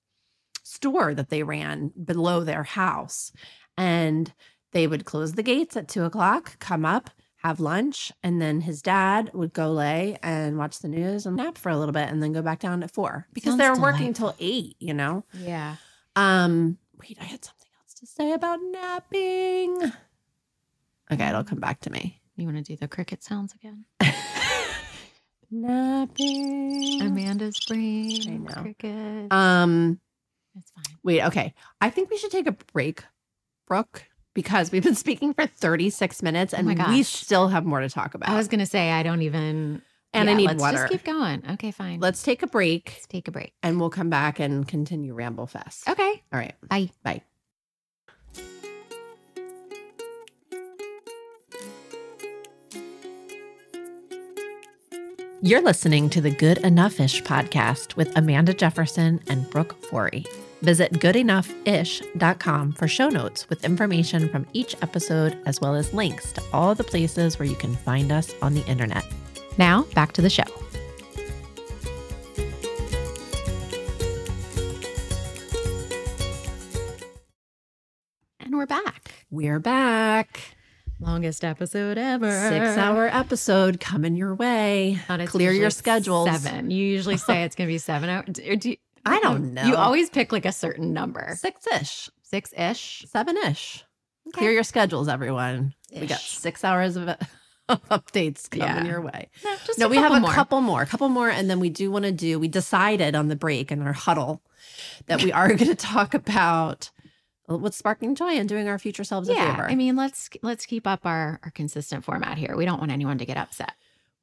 [SPEAKER 3] store that they ran below their house and they would close the gates at two o'clock come up have lunch and then his dad would go lay and watch the news and nap for a little bit and then go back down at four
[SPEAKER 1] Sounds
[SPEAKER 3] because they're working
[SPEAKER 1] delightful.
[SPEAKER 3] till eight you know
[SPEAKER 1] Yeah.
[SPEAKER 3] um wait i had something else to say about napping okay it'll come back to me
[SPEAKER 1] You want to do the cricket sounds again?
[SPEAKER 3] napping
[SPEAKER 1] Amanda's brain.
[SPEAKER 3] I know.
[SPEAKER 1] Cricket.
[SPEAKER 3] um
[SPEAKER 1] it's fine.
[SPEAKER 3] Wait, okay. I think we should take a break, Brooke, because we've been speaking for 36 minutes and
[SPEAKER 1] Oh my
[SPEAKER 3] we
[SPEAKER 1] gosh.
[SPEAKER 3] still have more to talk about.
[SPEAKER 1] I was going to say I don't even
[SPEAKER 3] and I
[SPEAKER 1] Yeah,
[SPEAKER 3] need
[SPEAKER 1] let's
[SPEAKER 3] water.
[SPEAKER 1] Just keep going. Okay, fine.
[SPEAKER 3] Let's take a break
[SPEAKER 1] Let's take a break.
[SPEAKER 3] and we'll come back and continue Ramble Fest.
[SPEAKER 1] Okay.
[SPEAKER 3] All right.
[SPEAKER 1] Bye.
[SPEAKER 3] Bye. You're listening to the Good Enough Ish podcast with Amanda Jefferson and Brooke Forey. Visit goodenoughish.com for show notes with information from each episode, as well as links to all the places where you can find us on the internet.
[SPEAKER 1] Now, back to the show. And we're back.
[SPEAKER 3] We're back.
[SPEAKER 1] Longest episode ever.
[SPEAKER 3] Six hour episode coming your way.
[SPEAKER 1] Thought it's
[SPEAKER 3] Clear your
[SPEAKER 1] usually
[SPEAKER 3] schedules.
[SPEAKER 1] Seven. You usually say it's going to be seven hours. Do, do you-
[SPEAKER 3] I don't know.
[SPEAKER 1] You always pick like a certain number,
[SPEAKER 3] Six ish,
[SPEAKER 1] six ish.
[SPEAKER 3] seven ish.
[SPEAKER 1] Okay.
[SPEAKER 3] Clear your schedules, everyone. We got
[SPEAKER 1] Ish.
[SPEAKER 3] six hours of, of updates coming
[SPEAKER 1] Yeah.
[SPEAKER 3] your way.
[SPEAKER 1] No, just
[SPEAKER 3] no,
[SPEAKER 1] a
[SPEAKER 3] we have a
[SPEAKER 1] more.
[SPEAKER 3] couple more, couple more, and then we do want to do. We decided on the break in our huddle that we are going to talk about uh, what's sparking joy and doing our future selves a
[SPEAKER 1] Yeah,
[SPEAKER 3] favor.
[SPEAKER 1] I mean, let's let's keep up our our consistent format here. We don't want anyone to get upset.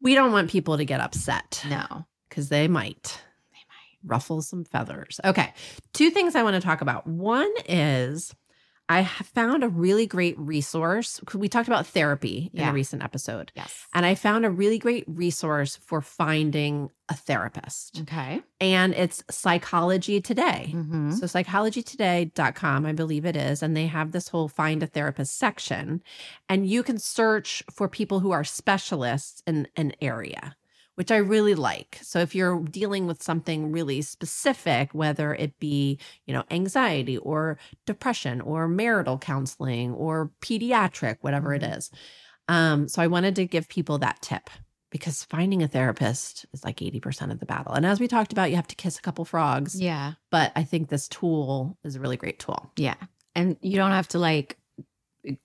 [SPEAKER 3] we don't want people to get upset
[SPEAKER 1] No,
[SPEAKER 3] because they might
[SPEAKER 1] they might.
[SPEAKER 3] ruffle some feathers. Okay, two things I want to talk about. One is I have found a really great resource. We talked about therapy in
[SPEAKER 1] Yeah.
[SPEAKER 3] a recent episode,
[SPEAKER 1] Yes.
[SPEAKER 3] and I found a really great resource for finding a therapist,
[SPEAKER 1] Okay.
[SPEAKER 3] and it's Psychology Today.
[SPEAKER 1] Mm-hmm.
[SPEAKER 3] So psychologytoday.com, I believe it is, and they have this whole find a therapist section. And you can search for people who are specialists in an area, which I really like. So if you're dealing with something really specific, whether it be, you know, anxiety or depression or marital counseling or pediatric, whatever it
[SPEAKER 1] Mhm.
[SPEAKER 3] is. Um, so I wanted to give people that tip. Because finding a therapist is like 80% of the battle. And as we talked about, you have to kiss a couple frogs
[SPEAKER 1] Yeah.
[SPEAKER 3] but I think this tool is a really great tool.
[SPEAKER 1] Yeah. And you don't have to like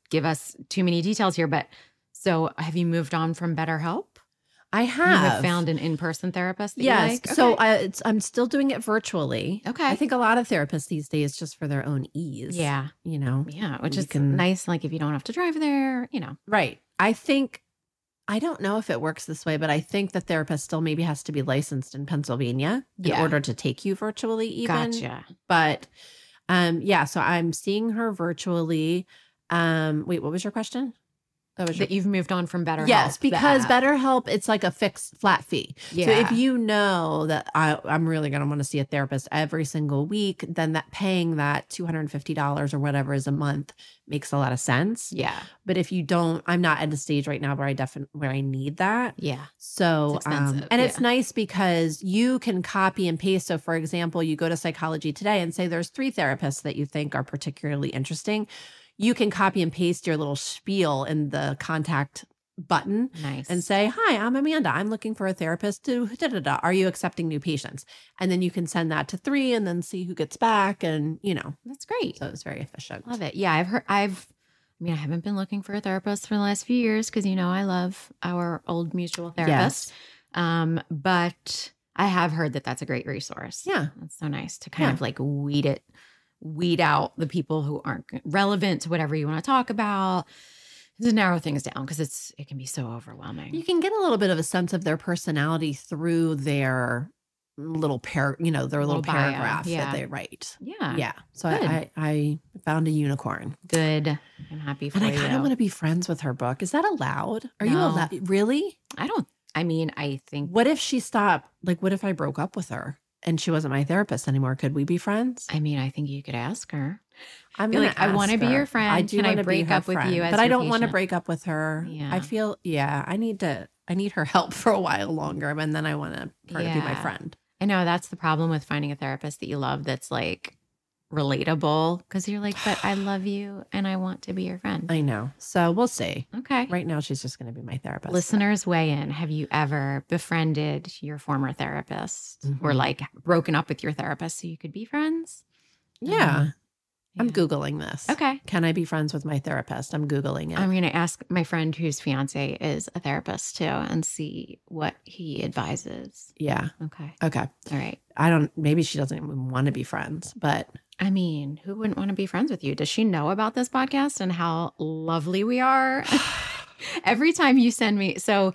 [SPEAKER 1] give us too many details here, but so have you moved on from BetterHelp?
[SPEAKER 3] I
[SPEAKER 1] You
[SPEAKER 3] have,
[SPEAKER 1] have found an in person therapist? That
[SPEAKER 3] yes.
[SPEAKER 1] You like?
[SPEAKER 3] So
[SPEAKER 1] Okay.
[SPEAKER 3] I, it's, I'm still doing it virtually.
[SPEAKER 1] Okay.
[SPEAKER 3] I think a lot of therapists these days just for their own ease.
[SPEAKER 1] yeah.
[SPEAKER 3] You know.
[SPEAKER 1] Yeah. Which
[SPEAKER 3] You
[SPEAKER 1] is
[SPEAKER 3] can-
[SPEAKER 1] nice. Like if you don't have to drive there, you know.
[SPEAKER 3] Right. I think I don't know if it works this way, but I think the therapist still maybe has to be licensed in Pennsylvania
[SPEAKER 1] Yeah.
[SPEAKER 3] in order to take you virtually, even.
[SPEAKER 1] Gotcha.
[SPEAKER 3] But um, yeah, so I'm seeing her virtually. Um, wait, what was your question? That was your
[SPEAKER 1] That you've moved on from E better.
[SPEAKER 3] yes, because BetterHelp it's like a fixed flat fee.
[SPEAKER 1] Yeah.
[SPEAKER 3] So if you know that I, I'm really going to want to see a therapist every single week, then that paying that $250 or whatever is a month makes a lot of sense.
[SPEAKER 1] yeah.
[SPEAKER 3] But if you don't, I'm not at a stage right now where I definitely where I need that.
[SPEAKER 1] Yeah.
[SPEAKER 3] So,
[SPEAKER 1] It's
[SPEAKER 3] um,
[SPEAKER 1] expensive,
[SPEAKER 3] and it's
[SPEAKER 1] yeah.
[SPEAKER 3] nice because you can copy and paste. So, for example, you go to Psychology Today and say there's three therapists that you think are particularly interesting. You can copy and paste your little spiel in the contact button
[SPEAKER 1] Nice.
[SPEAKER 3] and say, Hi, I'm Amanda. I'm looking for a therapist to da da da. Are you accepting new patients? And then you can send that to three and then see who gets back. And, you know,
[SPEAKER 1] that's great.
[SPEAKER 3] so it's very efficient.
[SPEAKER 1] Love it. Yeah, I've heard. I've. I mean, I haven't been looking for a therapist for the last few years because you know I love our old mutual therapist.
[SPEAKER 3] Yes.
[SPEAKER 1] Um, but I have heard that that's a great resource.
[SPEAKER 3] Yeah.
[SPEAKER 1] That's so nice to kind
[SPEAKER 3] Yeah.
[SPEAKER 1] of like weed it, weed out the people who aren't relevant to whatever you want to talk about. To narrow things down because it's it can be so overwhelming.
[SPEAKER 3] You can get a little bit of a sense of their personality through their little par, you know, their little,
[SPEAKER 1] Little bio,
[SPEAKER 3] paragraph
[SPEAKER 1] yeah.
[SPEAKER 3] that they write.
[SPEAKER 1] yeah.
[SPEAKER 3] yeah. So I, I I found a unicorn,
[SPEAKER 1] Good. I'm happy for
[SPEAKER 3] and I
[SPEAKER 1] you.
[SPEAKER 3] kind of want to be friends with her book. Is that allowed? Are you
[SPEAKER 1] No.
[SPEAKER 3] allowed? Really?
[SPEAKER 1] I don't. I mean, I think.
[SPEAKER 3] What if she stopped? Like, what if I broke up with her? And she wasn't my therapist anymore. Could we be friends?
[SPEAKER 1] I mean, I think you could ask her.
[SPEAKER 3] I'm
[SPEAKER 1] Be like,
[SPEAKER 3] gonna
[SPEAKER 1] I wanna
[SPEAKER 3] ask
[SPEAKER 1] be
[SPEAKER 3] her.
[SPEAKER 1] your friend.
[SPEAKER 3] I do
[SPEAKER 1] Can I
[SPEAKER 3] wanna be
[SPEAKER 1] break
[SPEAKER 3] her
[SPEAKER 1] up with you
[SPEAKER 3] friend,
[SPEAKER 1] as
[SPEAKER 3] but
[SPEAKER 1] your
[SPEAKER 3] I don't want to
[SPEAKER 1] patient?
[SPEAKER 3] break up with her.
[SPEAKER 1] Yeah.
[SPEAKER 3] I feel yeah. I need to. I need her help for a while longer, and then I want to her to be my
[SPEAKER 1] Yeah.
[SPEAKER 3] friend.
[SPEAKER 1] I know that's the problem with finding a therapist that you love that's like relatable because you're like, but I love you and I want to be your friend.
[SPEAKER 3] I know. So we'll see.
[SPEAKER 1] Okay.
[SPEAKER 3] Right now, she's just going to be my therapist.
[SPEAKER 1] Listeners weigh in. Have you ever befriended your former therapist or
[SPEAKER 3] Mhm.
[SPEAKER 1] like broken up with your therapist so you could be friends?
[SPEAKER 3] Yeah.
[SPEAKER 1] Um,
[SPEAKER 3] I'm
[SPEAKER 1] yeah.
[SPEAKER 3] Googling this.
[SPEAKER 1] Okay.
[SPEAKER 3] Can I be friends with my therapist? I'm Googling it.
[SPEAKER 1] I'm going to ask my friend whose fiance is a therapist too and see what he advises.
[SPEAKER 3] yeah.
[SPEAKER 1] Okay.
[SPEAKER 3] Okay.
[SPEAKER 1] All right.
[SPEAKER 3] I don't, maybe she doesn't even want to be friends, but
[SPEAKER 1] I mean, who wouldn't want to be friends with you? Does she know about this podcast and how lovely we are? Every time you send me, so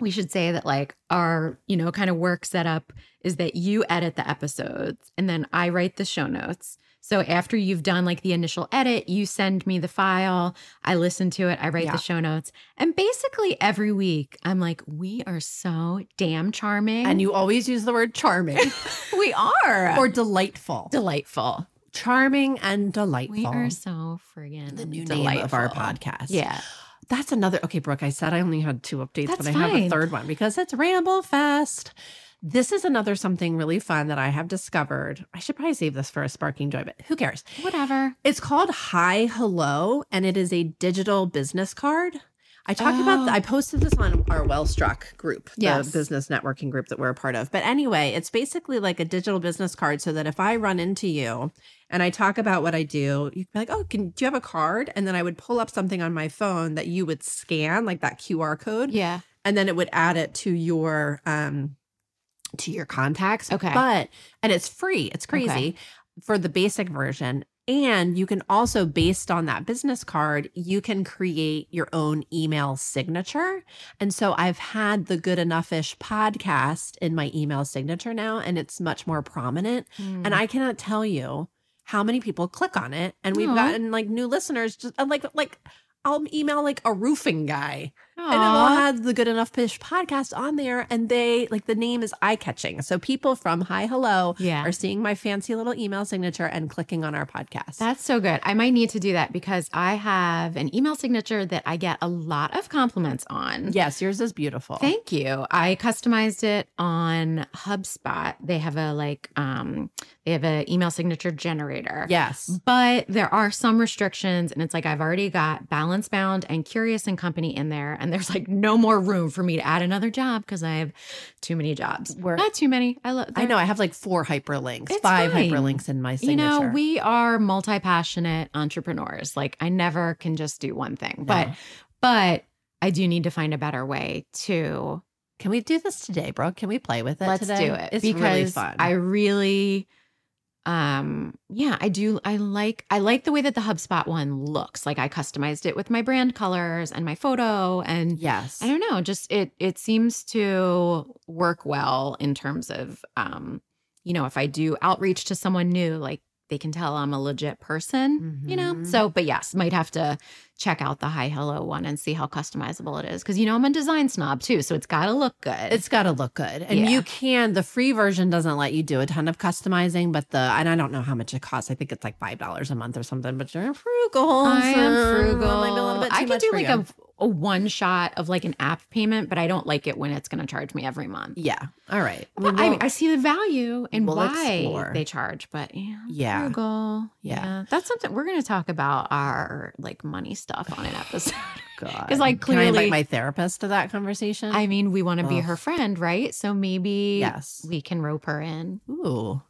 [SPEAKER 1] we should say that like our, you know, kind of work setup is that you edit the episodes and then I write the show notes. So after you've done like the initial edit, you send me the file, I listen to it, I write
[SPEAKER 3] Yeah.
[SPEAKER 1] the show notes. And basically every week I'm like, we are so damn charming.
[SPEAKER 3] and you always use the word charming
[SPEAKER 1] we are.
[SPEAKER 3] or delightful.
[SPEAKER 1] delightful.
[SPEAKER 3] charming and delightful.
[SPEAKER 1] We are so friggin'
[SPEAKER 3] the new
[SPEAKER 1] delightful.
[SPEAKER 3] name of our podcast.
[SPEAKER 1] Yeah,
[SPEAKER 3] That's another. Okay, Brooke, I said I only had two updates,
[SPEAKER 1] That's
[SPEAKER 3] but I have a
[SPEAKER 1] fine.
[SPEAKER 3] third one because it's Ramble Fest. This is another something really fun that I have discovered. I should probably save this for a sparking joy, but who cares?
[SPEAKER 1] whatever.
[SPEAKER 3] It's called Hi Hello, and it is a digital business card. I talked about.
[SPEAKER 1] Oh.
[SPEAKER 3] I posted this on our Wellstruck group, the
[SPEAKER 1] Yes.
[SPEAKER 3] business networking group that we're a part of. But anyway, it's basically like a digital business card, so that if I run into you and I talk about what I do, you'd be like, "Oh, can do you have a card?" And then I would pull up something on my phone that you would scan, like that QR code,
[SPEAKER 1] Yeah.
[SPEAKER 3] and then it would add it to your um to your contacts
[SPEAKER 1] Okay.
[SPEAKER 3] but and it's free it's crazy
[SPEAKER 1] Okay.
[SPEAKER 3] for the basic version and you can also based on that business card you can create your own email signature and so i've had the good enoughish podcast in my email signature now and it's much more prominent
[SPEAKER 1] Mm-hmm.
[SPEAKER 3] and I cannot tell you how many people click on it. And we've
[SPEAKER 1] Aw.
[SPEAKER 3] gotten like new listeners. Just and, like like I'll email like a roofing guy, and it'll
[SPEAKER 1] Hmm. Aw.
[SPEAKER 3] have the Good Enough Fish podcast on there, and they like the name is eye catching. So people from Hi Hello
[SPEAKER 1] yeah.
[SPEAKER 3] are seeing my fancy little email signature and clicking on our podcast.
[SPEAKER 1] That's so good. I might need to do that because I have an email signature that I get a lot of compliments on.
[SPEAKER 3] yes, yours is beautiful.
[SPEAKER 1] Thank you. I customized it on HubSpot. They have a like um they have an email signature generator.
[SPEAKER 3] yes.
[SPEAKER 1] But there are some restrictions, and it's like I've already got Balance Bound and Curious and Company in there, and there's like no more room for me to add another job because I have too many jobs.
[SPEAKER 3] We're-
[SPEAKER 1] Not too many. I love.
[SPEAKER 3] I know I have like four hyperlinks,
[SPEAKER 1] It's
[SPEAKER 3] five
[SPEAKER 1] fine.
[SPEAKER 3] hyperlinks in my signature.
[SPEAKER 1] You know, we are multi passionate entrepreneurs. Like I never can just do one thing,
[SPEAKER 3] No.
[SPEAKER 1] but but I do need to find a better way to
[SPEAKER 3] can we do this today, bro? Can we play with it
[SPEAKER 1] let's
[SPEAKER 3] today?
[SPEAKER 1] do it
[SPEAKER 3] It's
[SPEAKER 1] because
[SPEAKER 3] really fun.
[SPEAKER 1] I really um yeah i do i like i like the way that the hubspot one looks like i customized it with my brand colors and my photo and
[SPEAKER 3] Yes.
[SPEAKER 1] i don't know just it it seems to work well in terms of um you know if i do outreach to someone new like they can tell i'm a legit person you know
[SPEAKER 3] Mhm.
[SPEAKER 1] so but yes might have to check out the high hello one and see how customizable it is because you know i'm a design snob too so it's gotta look good
[SPEAKER 3] It's got to look good. And
[SPEAKER 1] Yeah.
[SPEAKER 3] you can, the free version doesn't let you do a ton of customizing, but the, and I don't know how much it costs. I think it's like $5 a month or something, but you're frugal.
[SPEAKER 1] I
[SPEAKER 3] so
[SPEAKER 1] am frugal.
[SPEAKER 3] maybe a little bit
[SPEAKER 1] I
[SPEAKER 3] too
[SPEAKER 1] could
[SPEAKER 3] much
[SPEAKER 1] do
[SPEAKER 3] for
[SPEAKER 1] like
[SPEAKER 3] you.
[SPEAKER 1] a, a one shot of like an app payment, but I don't like it when it's going to charge me every month.
[SPEAKER 3] Yeah. All right.
[SPEAKER 1] But
[SPEAKER 3] We
[SPEAKER 1] I,
[SPEAKER 3] won't-
[SPEAKER 1] I see the value and
[SPEAKER 3] we'll
[SPEAKER 1] why
[SPEAKER 3] explore.
[SPEAKER 1] they charge, but yeah, I'm
[SPEAKER 3] Yeah.
[SPEAKER 1] frugal.
[SPEAKER 3] Yeah.
[SPEAKER 1] that's something we're going to talk about our like money stuff on an episode.
[SPEAKER 3] God.
[SPEAKER 1] It's like
[SPEAKER 3] Can I invite
[SPEAKER 1] clearly-
[SPEAKER 3] my therapist to that conversation?
[SPEAKER 1] I mean, we want to be
[SPEAKER 3] Ugh.
[SPEAKER 1] her friend, right? So maybe
[SPEAKER 3] yes.
[SPEAKER 1] we can rope her in.
[SPEAKER 3] Ooh.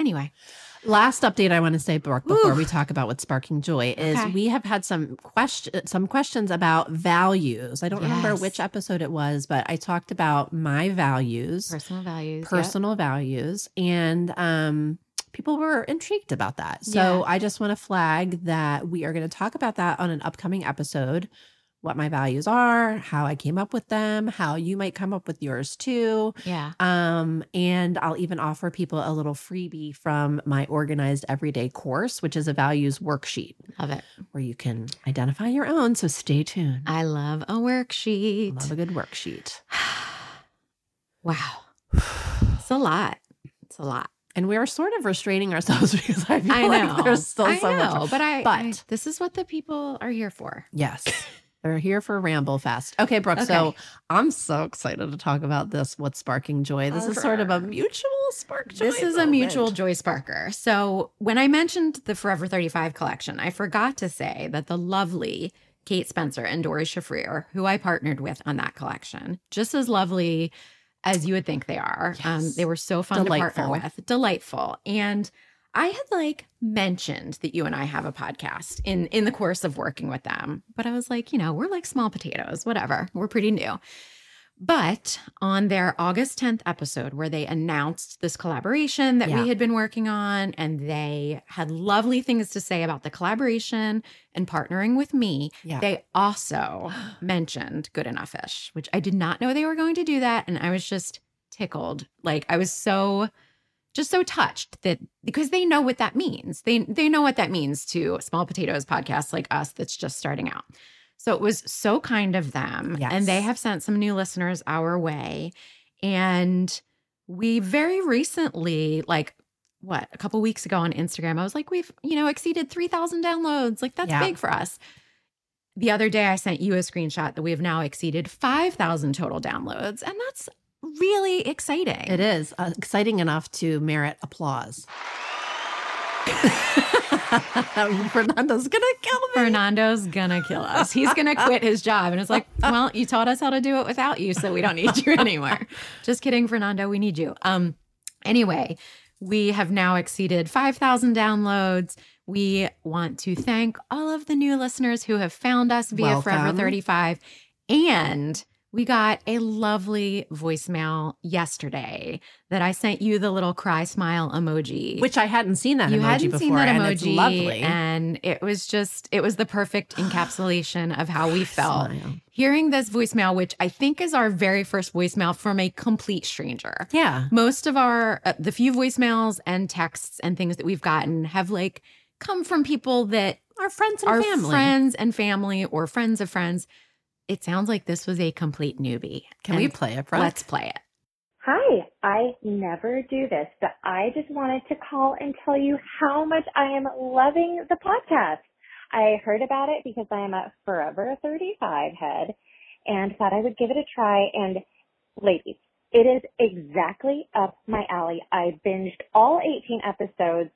[SPEAKER 1] Anyway,
[SPEAKER 3] Last update I want to say, Brooke, before
[SPEAKER 1] Ooh.
[SPEAKER 3] we talk about what's sparking joy, is
[SPEAKER 1] Okay.
[SPEAKER 3] we have had some question, some questions about values. I don't remember
[SPEAKER 1] Yes.
[SPEAKER 3] which episode it was, but I talked about my values,
[SPEAKER 1] personal values. yep.
[SPEAKER 3] personal values, and um, people were intrigued about that. So
[SPEAKER 1] Yeah.
[SPEAKER 3] I just want to flag that we are going to talk about that on an upcoming episode. What my values are, how I came up with them, how you might come up with yours too.
[SPEAKER 1] Yeah.
[SPEAKER 3] Um, and I'll even offer people a little freebie from my organized everyday course, which is a values worksheet
[SPEAKER 1] Love it.
[SPEAKER 3] where you can identify your own. So stay tuned.
[SPEAKER 1] I love a worksheet.
[SPEAKER 3] love a good worksheet.
[SPEAKER 1] wow. It's a lot. It's a lot.
[SPEAKER 3] And we are sort of restraining ourselves because I feel
[SPEAKER 1] I know.
[SPEAKER 3] like there's still
[SPEAKER 1] I
[SPEAKER 3] so much.
[SPEAKER 1] know, but I,
[SPEAKER 3] But-
[SPEAKER 1] I- this is what the people are here for.
[SPEAKER 3] Yes. They're here for Ramble Fest. Okay, Brooke. So
[SPEAKER 1] Okay.
[SPEAKER 3] I'm so excited to talk about this. What's sparking joy? This is sort of a
[SPEAKER 1] Okay.
[SPEAKER 3] mutual spark joy.
[SPEAKER 1] This is a
[SPEAKER 3] moment.
[SPEAKER 1] mutual joy sparker. So, when I mentioned the Forever 35 collection, I forgot to say that the lovely Kate Spencer and Dory Shafrir, who I partnered with on that collection, just as lovely as you would think they are. Um,
[SPEAKER 3] Yes.
[SPEAKER 1] they were so fun to partner
[SPEAKER 3] Delightful.
[SPEAKER 1] with, delightful. And I had like mentioned that you and I have a podcast in in the course of working with them, but I was like, you know, we're like small potatoes, whatever. We're pretty new. But on their August 10th episode, where they announced this collaboration that
[SPEAKER 3] Yeah.
[SPEAKER 1] we had been working on, and they had lovely things to say about the collaboration and partnering with me,
[SPEAKER 3] Yeah.
[SPEAKER 1] they also mentioned Good Enough Ish, which I did not know they were going to do that. And I was just tickled. Like, I was so. Just so touched that because they know what that means. They they know what that means to small potatoes podcasts like us that's just starting out. So it was so kind of them. And they
[SPEAKER 3] Yes.
[SPEAKER 1] have sent some new listeners our way. And we very recently, like, what, a couple weeks ago on Instagram, I was like, we've, you know, exceeded 3,000 downloads. Like, that's
[SPEAKER 3] Yeah.
[SPEAKER 1] big for us. The other day, I sent you a screenshot that we have now exceeded 5,000 total downloads. And that's really exciting.
[SPEAKER 3] It is uh, exciting enough to merit applause. Fernando's gonna kill me.
[SPEAKER 1] Fernando's gonna kill us. He's gonna quit his job. And it's like, well, you taught us how to do it without you, so we don't need you anymore. Just kidding, Fernando, we need you. Um, anyway, we have now exceeded 5,000 downloads. We want to thank all of the new listeners who have found us via Forever
[SPEAKER 3] Welcome.
[SPEAKER 1] 35. And we got a lovely voicemail yesterday that I sent you the little cry smile emoji
[SPEAKER 3] Which I hadn't seen that
[SPEAKER 1] you
[SPEAKER 3] emoji
[SPEAKER 1] hadn't
[SPEAKER 3] before,
[SPEAKER 1] seen that
[SPEAKER 3] and
[SPEAKER 1] emoji,
[SPEAKER 3] it's lovely.
[SPEAKER 1] and it was just it was the perfect encapsulation of how we felt
[SPEAKER 3] Smile.
[SPEAKER 1] hearing this voicemail, which I think is our very first voicemail from a complete stranger.
[SPEAKER 3] Yeah,
[SPEAKER 1] Most of our uh, the few voicemails and texts and things that we've gotten have like come from people that
[SPEAKER 3] our friends and
[SPEAKER 1] are
[SPEAKER 3] family.
[SPEAKER 1] friends and family or friends of friends. It sounds like this was a complete newbie.
[SPEAKER 3] Can we
[SPEAKER 1] And
[SPEAKER 3] play it, Brooke?
[SPEAKER 1] Let's play it.
[SPEAKER 4] Hi, I never do this, but I just wanted to call and tell you how much I am loving the podcast. I heard about it because I am a Forever 35 head and thought I would give it a try. And ladies, it is exactly up my alley. I binged all 18 episodes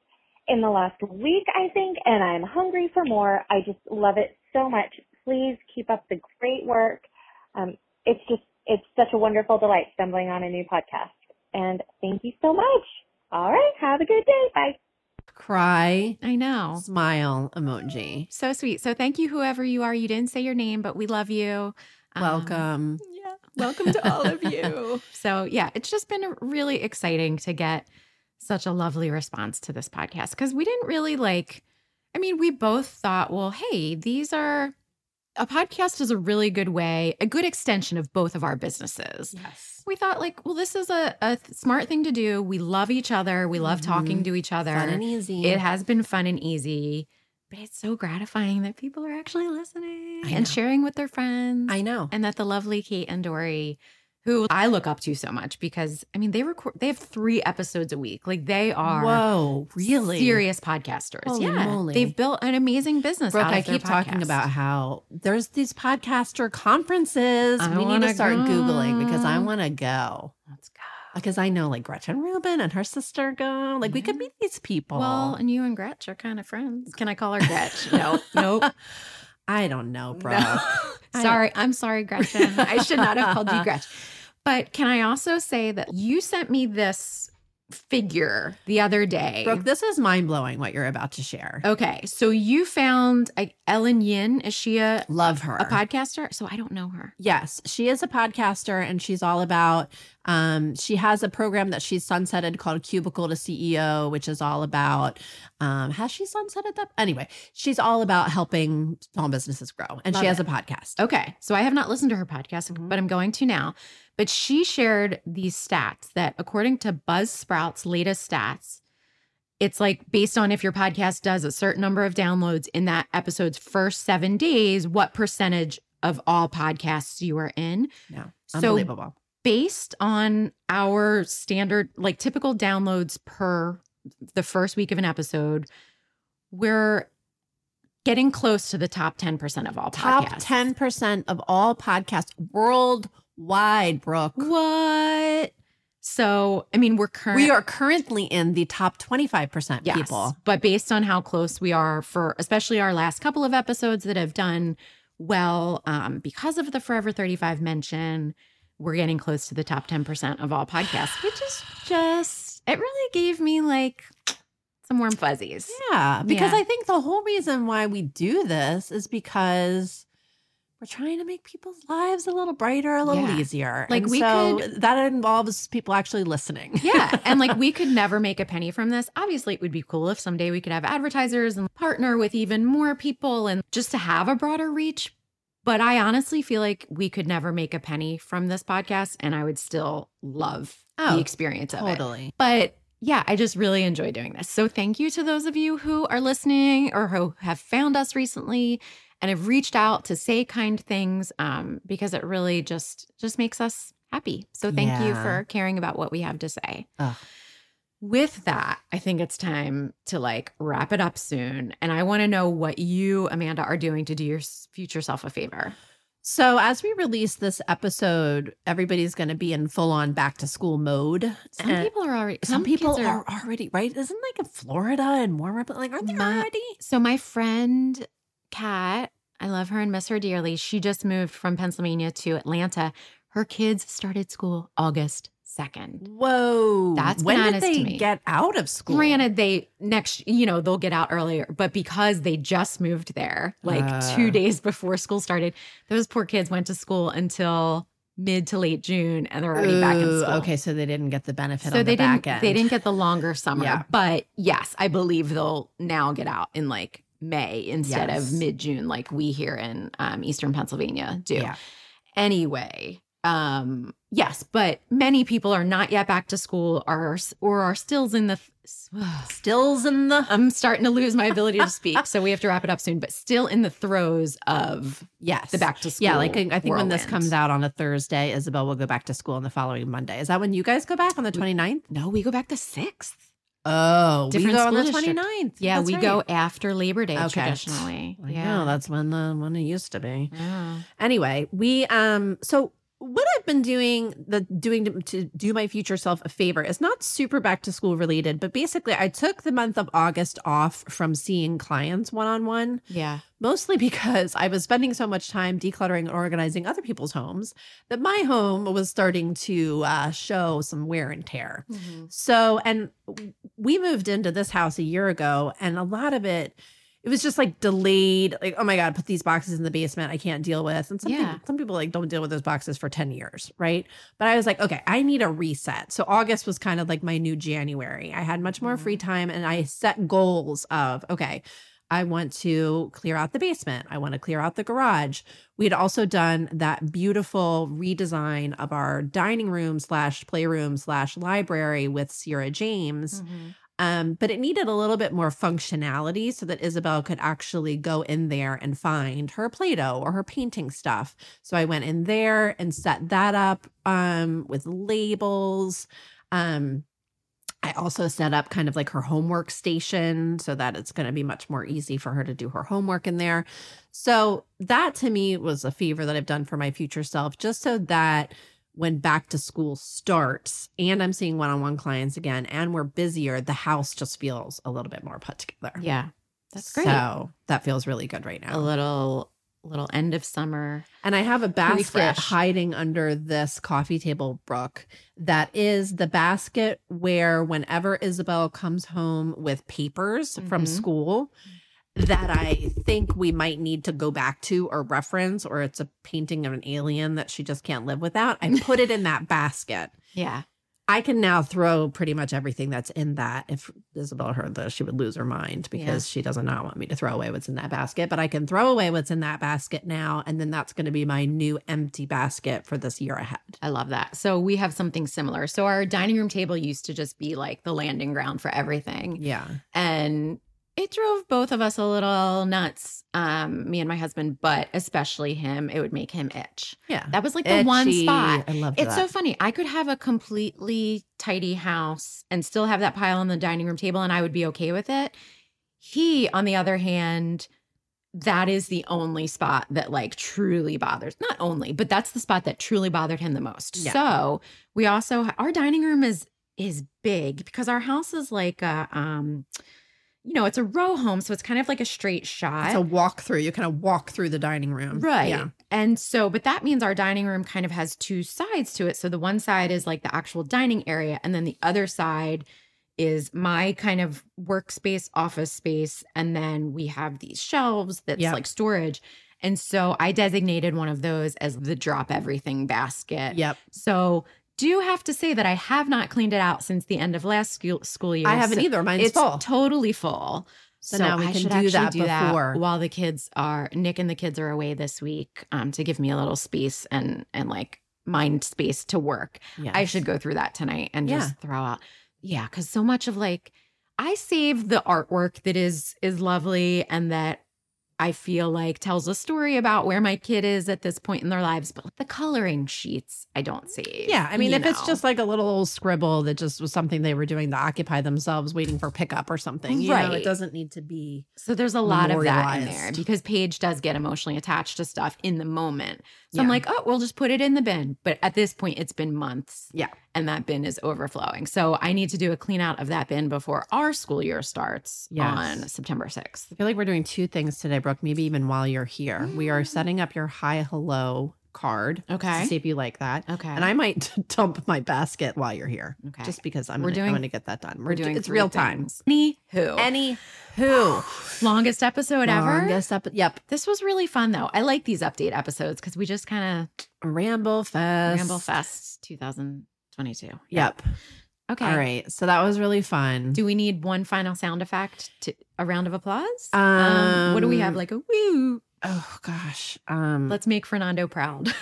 [SPEAKER 4] in the last week, I think, and I'm hungry for more. I just love it so much. Please keep up the great work. Um, it's just, it's such a wonderful delight stumbling on a new podcast. And thank you so much. All right. Have a good day. Bye.
[SPEAKER 3] Cry,
[SPEAKER 1] I know.
[SPEAKER 3] smile emoji.
[SPEAKER 1] So sweet. So thank you, whoever you are. You didn't say your name, but we love you. Um,
[SPEAKER 3] Welcome.
[SPEAKER 1] yeah. Welcome to all of you. So yeah, it's just been really exciting to get such a lovely response to this podcast because we didn't really like, I mean, we both thought, well, hey, these are a podcast is a really good way, a good extension of both of our businesses.
[SPEAKER 3] Yes.
[SPEAKER 1] We thought, like, well, this is a, a th- smart thing to do. We love each other. We love talking
[SPEAKER 3] Mhm.
[SPEAKER 1] to each other.
[SPEAKER 3] Fun and easy.
[SPEAKER 1] It has been fun and easy, but it's so gratifying that people are actually listening
[SPEAKER 3] I know.
[SPEAKER 1] and sharing with their friends.
[SPEAKER 3] I know.
[SPEAKER 1] and that the lovely Kate and Dory, who I look up to so much because I mean they record they have three episodes a week. Like they are
[SPEAKER 3] Whoa, really?
[SPEAKER 1] serious podcasters.
[SPEAKER 3] Holy
[SPEAKER 1] yeah.
[SPEAKER 3] moly.
[SPEAKER 1] They've built an amazing business.
[SPEAKER 3] Brooke,
[SPEAKER 1] out of
[SPEAKER 3] I
[SPEAKER 1] their
[SPEAKER 3] keep talking
[SPEAKER 1] podcast.
[SPEAKER 3] about how there's these podcaster conferences.
[SPEAKER 1] I
[SPEAKER 3] we need
[SPEAKER 1] wanna
[SPEAKER 3] to start
[SPEAKER 1] go.
[SPEAKER 3] Googling because I want to go.
[SPEAKER 1] let's go.
[SPEAKER 3] Because I know like Gretchen Rubin and her sister go. Like we could
[SPEAKER 1] Yeah.
[SPEAKER 3] meet these people.
[SPEAKER 1] Well, and you and Gretch are kind of friends. Can I call her Gretch? no, nope.
[SPEAKER 3] I don't know, bro. I-
[SPEAKER 1] sorry, I'm sorry, Gretchen. I should not have called you Gretch. But can I also say that you sent me this figure the other day? Oh,
[SPEAKER 3] Brooke, this is mind blowing what you're about to share.
[SPEAKER 1] Okay, so you found like Ellen Yin. Is she a
[SPEAKER 3] Love her.
[SPEAKER 1] a podcaster? So I don't know her.
[SPEAKER 3] Yes, she is a podcaster and she's all about um she has a program that she's sunsetted called Cubicle to CEO, which is all about um has she sunsetted that? Anyway, she's all about helping small businesses grow and
[SPEAKER 1] Love
[SPEAKER 3] she has
[SPEAKER 1] it.
[SPEAKER 3] a podcast.
[SPEAKER 1] Okay, so I have not listened to her podcast,
[SPEAKER 3] Mhm.
[SPEAKER 1] but I'm going to now. But she shared these stats that, according to Buzzsprout's latest stats, it's like based on if your podcast does a certain number of downloads in that episode's first seven days, what percentage of all podcasts you are in.
[SPEAKER 3] No.
[SPEAKER 1] So
[SPEAKER 3] Unbelievable.
[SPEAKER 1] based on our standard, like typical downloads per the first week of an episode, we're getting close to the top 10% of all
[SPEAKER 3] Top
[SPEAKER 1] podcasts.
[SPEAKER 3] 10% of all podcasts worldwide, Brooke.
[SPEAKER 1] What? So, I mean, we're currently.
[SPEAKER 3] We are currently in the top 25%
[SPEAKER 1] Yes,
[SPEAKER 3] people.
[SPEAKER 1] but based on how close we are for, especially our last couple of episodes that have done well, um, because of the Forever 35 mention, we're getting close to the top 10% of all podcasts, which is just, it really gave me like some warm fuzzies.
[SPEAKER 3] Yeah, because
[SPEAKER 1] Yeah.
[SPEAKER 3] I think the whole reason why we do this is because we're trying to make people's lives a little brighter, a little
[SPEAKER 1] Yeah.
[SPEAKER 3] easier.
[SPEAKER 1] Like,
[SPEAKER 3] And
[SPEAKER 1] we
[SPEAKER 3] so that involves people actually listening.
[SPEAKER 1] yeah. And like we could never make a penny from this. Obviously, it would be cool if someday we could have advertisers and partner with even more people and just to have a broader reach. But I honestly feel like we could never make a penny from this podcast and I would still love
[SPEAKER 3] Oh,
[SPEAKER 1] the experience of it.
[SPEAKER 3] totally.
[SPEAKER 1] But yeah, I just really enjoy doing this. So thank you to those of you who are listening or who have found us recently and have reached out to say kind things um, because it really just just makes us happy. So thank you
[SPEAKER 3] Yeah.
[SPEAKER 1] for caring about what we have to say.
[SPEAKER 3] Ugh.
[SPEAKER 1] With that, I think it's time to like wrap it up soon. And I want to know what you, Amanda, are doing to do your s- future self a favor.
[SPEAKER 3] So as we release this episode, everybody's going to be in full on back to school mode.
[SPEAKER 1] Some
[SPEAKER 3] And
[SPEAKER 1] people are already
[SPEAKER 3] Eh, some
[SPEAKER 1] kids
[SPEAKER 3] people are, already right. Isn't like in Florida and warmer, but like aren't they
[SPEAKER 1] My-
[SPEAKER 3] already?
[SPEAKER 1] So my friend Kat, I love her and miss her dearly. She just moved from Pennsylvania to Atlanta. Her kids started school August 2nd.
[SPEAKER 3] Whoa!
[SPEAKER 1] That's
[SPEAKER 3] when did
[SPEAKER 1] bananas to
[SPEAKER 3] they
[SPEAKER 1] me.
[SPEAKER 3] get out of school?
[SPEAKER 1] Granted, they next, you know, they'll get out earlier, but because they just moved there, like
[SPEAKER 3] Ah.
[SPEAKER 1] two days before school started, those poor kids went to school until mid to late June and they're already back in
[SPEAKER 3] Ooh,
[SPEAKER 1] school.
[SPEAKER 3] Okay, so they didn't get the benefit
[SPEAKER 1] So
[SPEAKER 3] on
[SPEAKER 1] they
[SPEAKER 3] the back
[SPEAKER 1] didn't
[SPEAKER 3] end.
[SPEAKER 1] they didn't get the longer summer.
[SPEAKER 3] Yeah.
[SPEAKER 1] But yes, I believe they'll now get out in like May instead
[SPEAKER 3] Yes.
[SPEAKER 1] of mid June, like we here in um, Eastern Pennsylvania do.
[SPEAKER 3] Yeah.
[SPEAKER 1] Anyway, um, yes, but many people are not yet back to school, are or are stills in the.
[SPEAKER 3] Stills in the
[SPEAKER 1] I'm starting to lose my ability to speak, so we have to wrap it up soon. But still in the throes of
[SPEAKER 3] yes,
[SPEAKER 1] the back to school.
[SPEAKER 3] Yeah, like I I think when this
[SPEAKER 1] whirlwind.
[SPEAKER 3] comes out on a Thursday, Isabel will go back to school on the following Monday. Is that when you guys go back on the 29th?
[SPEAKER 1] no, we go back the sixth.
[SPEAKER 3] Oh,
[SPEAKER 1] Different
[SPEAKER 3] we go on the
[SPEAKER 1] school district.
[SPEAKER 3] 29th.
[SPEAKER 1] Yeah,
[SPEAKER 3] That's
[SPEAKER 1] we
[SPEAKER 3] right.
[SPEAKER 1] go after Labor Day
[SPEAKER 3] Okay.
[SPEAKER 1] traditionally.
[SPEAKER 3] I
[SPEAKER 1] yeah,
[SPEAKER 3] know, that's when the when it used to be.
[SPEAKER 1] Yeah.
[SPEAKER 3] Anyway, we um so what I've been doing the doing to, to do my future self a favor is not super back to school related, but basically I took the month of August off from seeing clients one on one.
[SPEAKER 1] Yeah.
[SPEAKER 3] mostly because I was spending so much time decluttering and organizing other people's homes that my home was starting to uh, show some wear and tear.
[SPEAKER 1] Mm-hmm.
[SPEAKER 3] So, and we moved into this house a year ago, and a lot of it it was just like delayed. Like, oh my god, put these boxes in the basement. I can't deal with. And some peop-
[SPEAKER 1] Yeah.
[SPEAKER 3] some people like don't deal with those boxes for ten years, right? But I was like, okay, I need a reset. So August was kind of like my new January. I had much more free time, and I set goals of okay. I want to clear out the basement. I want to clear out the garage. We had also done that beautiful redesign of our dining room slash playroom slash library with Sierra James.
[SPEAKER 1] Mm. Mm-hmm.
[SPEAKER 3] Um, but it needed a little bit more functionality so that Isabel could actually go in there and find her Play Doh or her painting stuff. So I went in there and set that up um, with labels. Um, I also set up kind of like her homework station so that it's going to be much more easy for her to do her homework in there. So that to me was a favor that I've done for my future self, just so that when back to school starts and I'm seeing one on one clients again and we're busier, the house just feels a little bit more put together.
[SPEAKER 1] Yeah. That's great.
[SPEAKER 3] So that feels really good right
[SPEAKER 1] a
[SPEAKER 3] now.
[SPEAKER 1] little little end of summer.
[SPEAKER 3] And I have a basket
[SPEAKER 1] Refresh.
[SPEAKER 3] hiding under this coffee table, Brooke, that is the basket where whenever Isabel comes home with papers from
[SPEAKER 1] Mhm.
[SPEAKER 3] school that I think we might need to go back to or reference, or it's a painting of an alien that she just can't live without, I put it in that basket.
[SPEAKER 1] Yeah.
[SPEAKER 3] I can now throw pretty much everything that's in that. If Isabel heard this, she would lose her mind because she does not want me to throw away what's in that basket. But I can throw away what's in that basket now. And then that's going to be my new empty basket for this year ahead.
[SPEAKER 1] I love that. So we have something similar. So our dining room table used to just be like the landing ground for everything.
[SPEAKER 3] Yeah.
[SPEAKER 1] and it drove both of us a little nuts um me and my husband but especially him it would make him itch
[SPEAKER 3] Yeah.
[SPEAKER 1] that was like the one
[SPEAKER 3] Itchy.
[SPEAKER 1] spot
[SPEAKER 3] I love
[SPEAKER 1] it's so
[SPEAKER 3] that.
[SPEAKER 1] funny i could have a completely tidy house and still have that pile on the dining room table and i would be okay with it he on the other hand that is the only spot that like truly bothers not only but that's the spot that truly bothered him the most
[SPEAKER 3] Yeah.
[SPEAKER 1] so we also our dining room is is big because our house is like a um you know it's a row home so it's kind of like a straight shot
[SPEAKER 3] it's a walk through. You kind of walk through the dining room.
[SPEAKER 1] Right.
[SPEAKER 3] Um, Yeah.
[SPEAKER 1] And so, but that means our dining room kind of has two sides to it. So the one side is like the actual dining area, and then the other side is my kind of workspace, office space. And then we have these shelves that's
[SPEAKER 3] Yep.
[SPEAKER 1] like storage. And so I designated one of those as the drop everything basket.
[SPEAKER 3] Yep.
[SPEAKER 1] So do have to say that I have not cleaned it out since the end of last school, school year.
[SPEAKER 3] I haven't
[SPEAKER 1] So-
[SPEAKER 3] either. Mine's
[SPEAKER 1] it's
[SPEAKER 3] full.
[SPEAKER 1] totally full.
[SPEAKER 3] So now we
[SPEAKER 1] I
[SPEAKER 3] can
[SPEAKER 1] should
[SPEAKER 3] do
[SPEAKER 1] actually
[SPEAKER 3] that before.
[SPEAKER 1] while the kids are Nick and the kids are away this week um, to give me a little space and and like mind space to work. I should go through that tonight and just throw out. Yeah, because so much of like I save the artwork that is is lovely and that I feel like tells a story about where my kid is at this point in their lives, but the coloring sheets I don't save.
[SPEAKER 3] Yeah, I mean,
[SPEAKER 1] you
[SPEAKER 3] if it's
[SPEAKER 1] know?
[SPEAKER 3] just like a little old scribble that just was something they were doing to occupy themselves, waiting for pickup or something, you know, it
[SPEAKER 1] Right.
[SPEAKER 3] doesn't need to be.
[SPEAKER 1] So there's a lot of that in there
[SPEAKER 3] Memorialized.
[SPEAKER 1] because Paige does get emotionally attached to stuff in the moment. So I'm
[SPEAKER 3] Yeah.
[SPEAKER 1] like, oh, we'll just put it in the bin. But at this point, it's been months.
[SPEAKER 3] Yeah.
[SPEAKER 1] And that bin is overflowing. So I need to do a clean out of that bin before our school year starts
[SPEAKER 3] Yes.
[SPEAKER 1] on September 6th.
[SPEAKER 3] I feel like we're doing two things today, Brooke. Maybe even while you're here, we are setting up your hi hello card.
[SPEAKER 1] Mm-hmm. Okay.
[SPEAKER 3] To see if you like that.
[SPEAKER 1] Okay.
[SPEAKER 3] And I might dump my basket while you're here,
[SPEAKER 1] okay.
[SPEAKER 3] just because I'm
[SPEAKER 1] We're
[SPEAKER 3] gonna,
[SPEAKER 1] doing-
[SPEAKER 3] I'm gonna get that done. We're,
[SPEAKER 1] We're doing
[SPEAKER 3] it's real time.
[SPEAKER 1] times. Anywho.
[SPEAKER 3] Any who
[SPEAKER 1] longest episode ever.
[SPEAKER 3] longest up. Yep.
[SPEAKER 1] This was really fun though. I like these update episodes because we just kind
[SPEAKER 3] Ramble
[SPEAKER 1] of
[SPEAKER 3] fest.
[SPEAKER 1] ramble fest 2022.
[SPEAKER 3] Yep.
[SPEAKER 1] Okay.
[SPEAKER 3] All right. So that was really fun.
[SPEAKER 1] Do we need one final sound effect to a round of applause?
[SPEAKER 3] um,
[SPEAKER 1] Um, what do we have? Like a woo.
[SPEAKER 3] oh gosh. Um.
[SPEAKER 1] Let's make Fernando proud.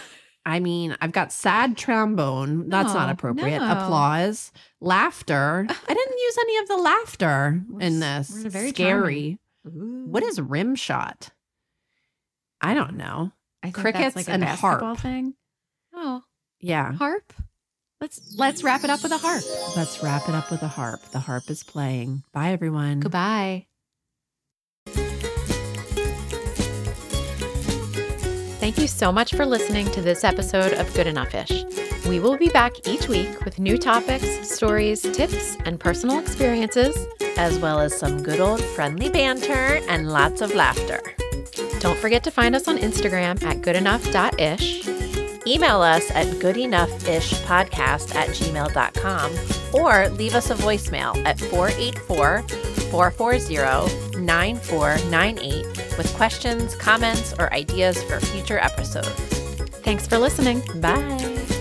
[SPEAKER 3] I mean, I've got sad trombone. That's not
[SPEAKER 2] Oh,
[SPEAKER 1] No,
[SPEAKER 3] appropriate.
[SPEAKER 1] no.
[SPEAKER 3] Applause, laughter. I didn't use any of the laughter
[SPEAKER 1] We're
[SPEAKER 3] in
[SPEAKER 1] s-
[SPEAKER 3] this.
[SPEAKER 1] we're very
[SPEAKER 3] scary.
[SPEAKER 1] What
[SPEAKER 3] What is rim shot? I don't know.
[SPEAKER 1] I think
[SPEAKER 3] crickets
[SPEAKER 1] that's like a
[SPEAKER 3] and
[SPEAKER 1] basketball
[SPEAKER 3] harp.
[SPEAKER 1] thing? Oh,
[SPEAKER 3] Yeah,
[SPEAKER 1] harp. Let's let's wrap it up with a harp.
[SPEAKER 3] let's wrap it up with a harp. The harp is playing. Bye, everyone.
[SPEAKER 1] Goodbye.
[SPEAKER 2] Thank you so much for listening to this episode of Good Enough Ish. We will be back each week with new topics, stories, tips, and personal experiences, as well as some good old friendly banter and lots of laughter. Don't forget to find us on Instagram at goodenoughIsh. Email us at goodenoughishpodcast at gmail.com or leave us a voicemail at 484 440
[SPEAKER 3] 9498 with questions, comments, or ideas for future episodes. Thanks for listening. Bye.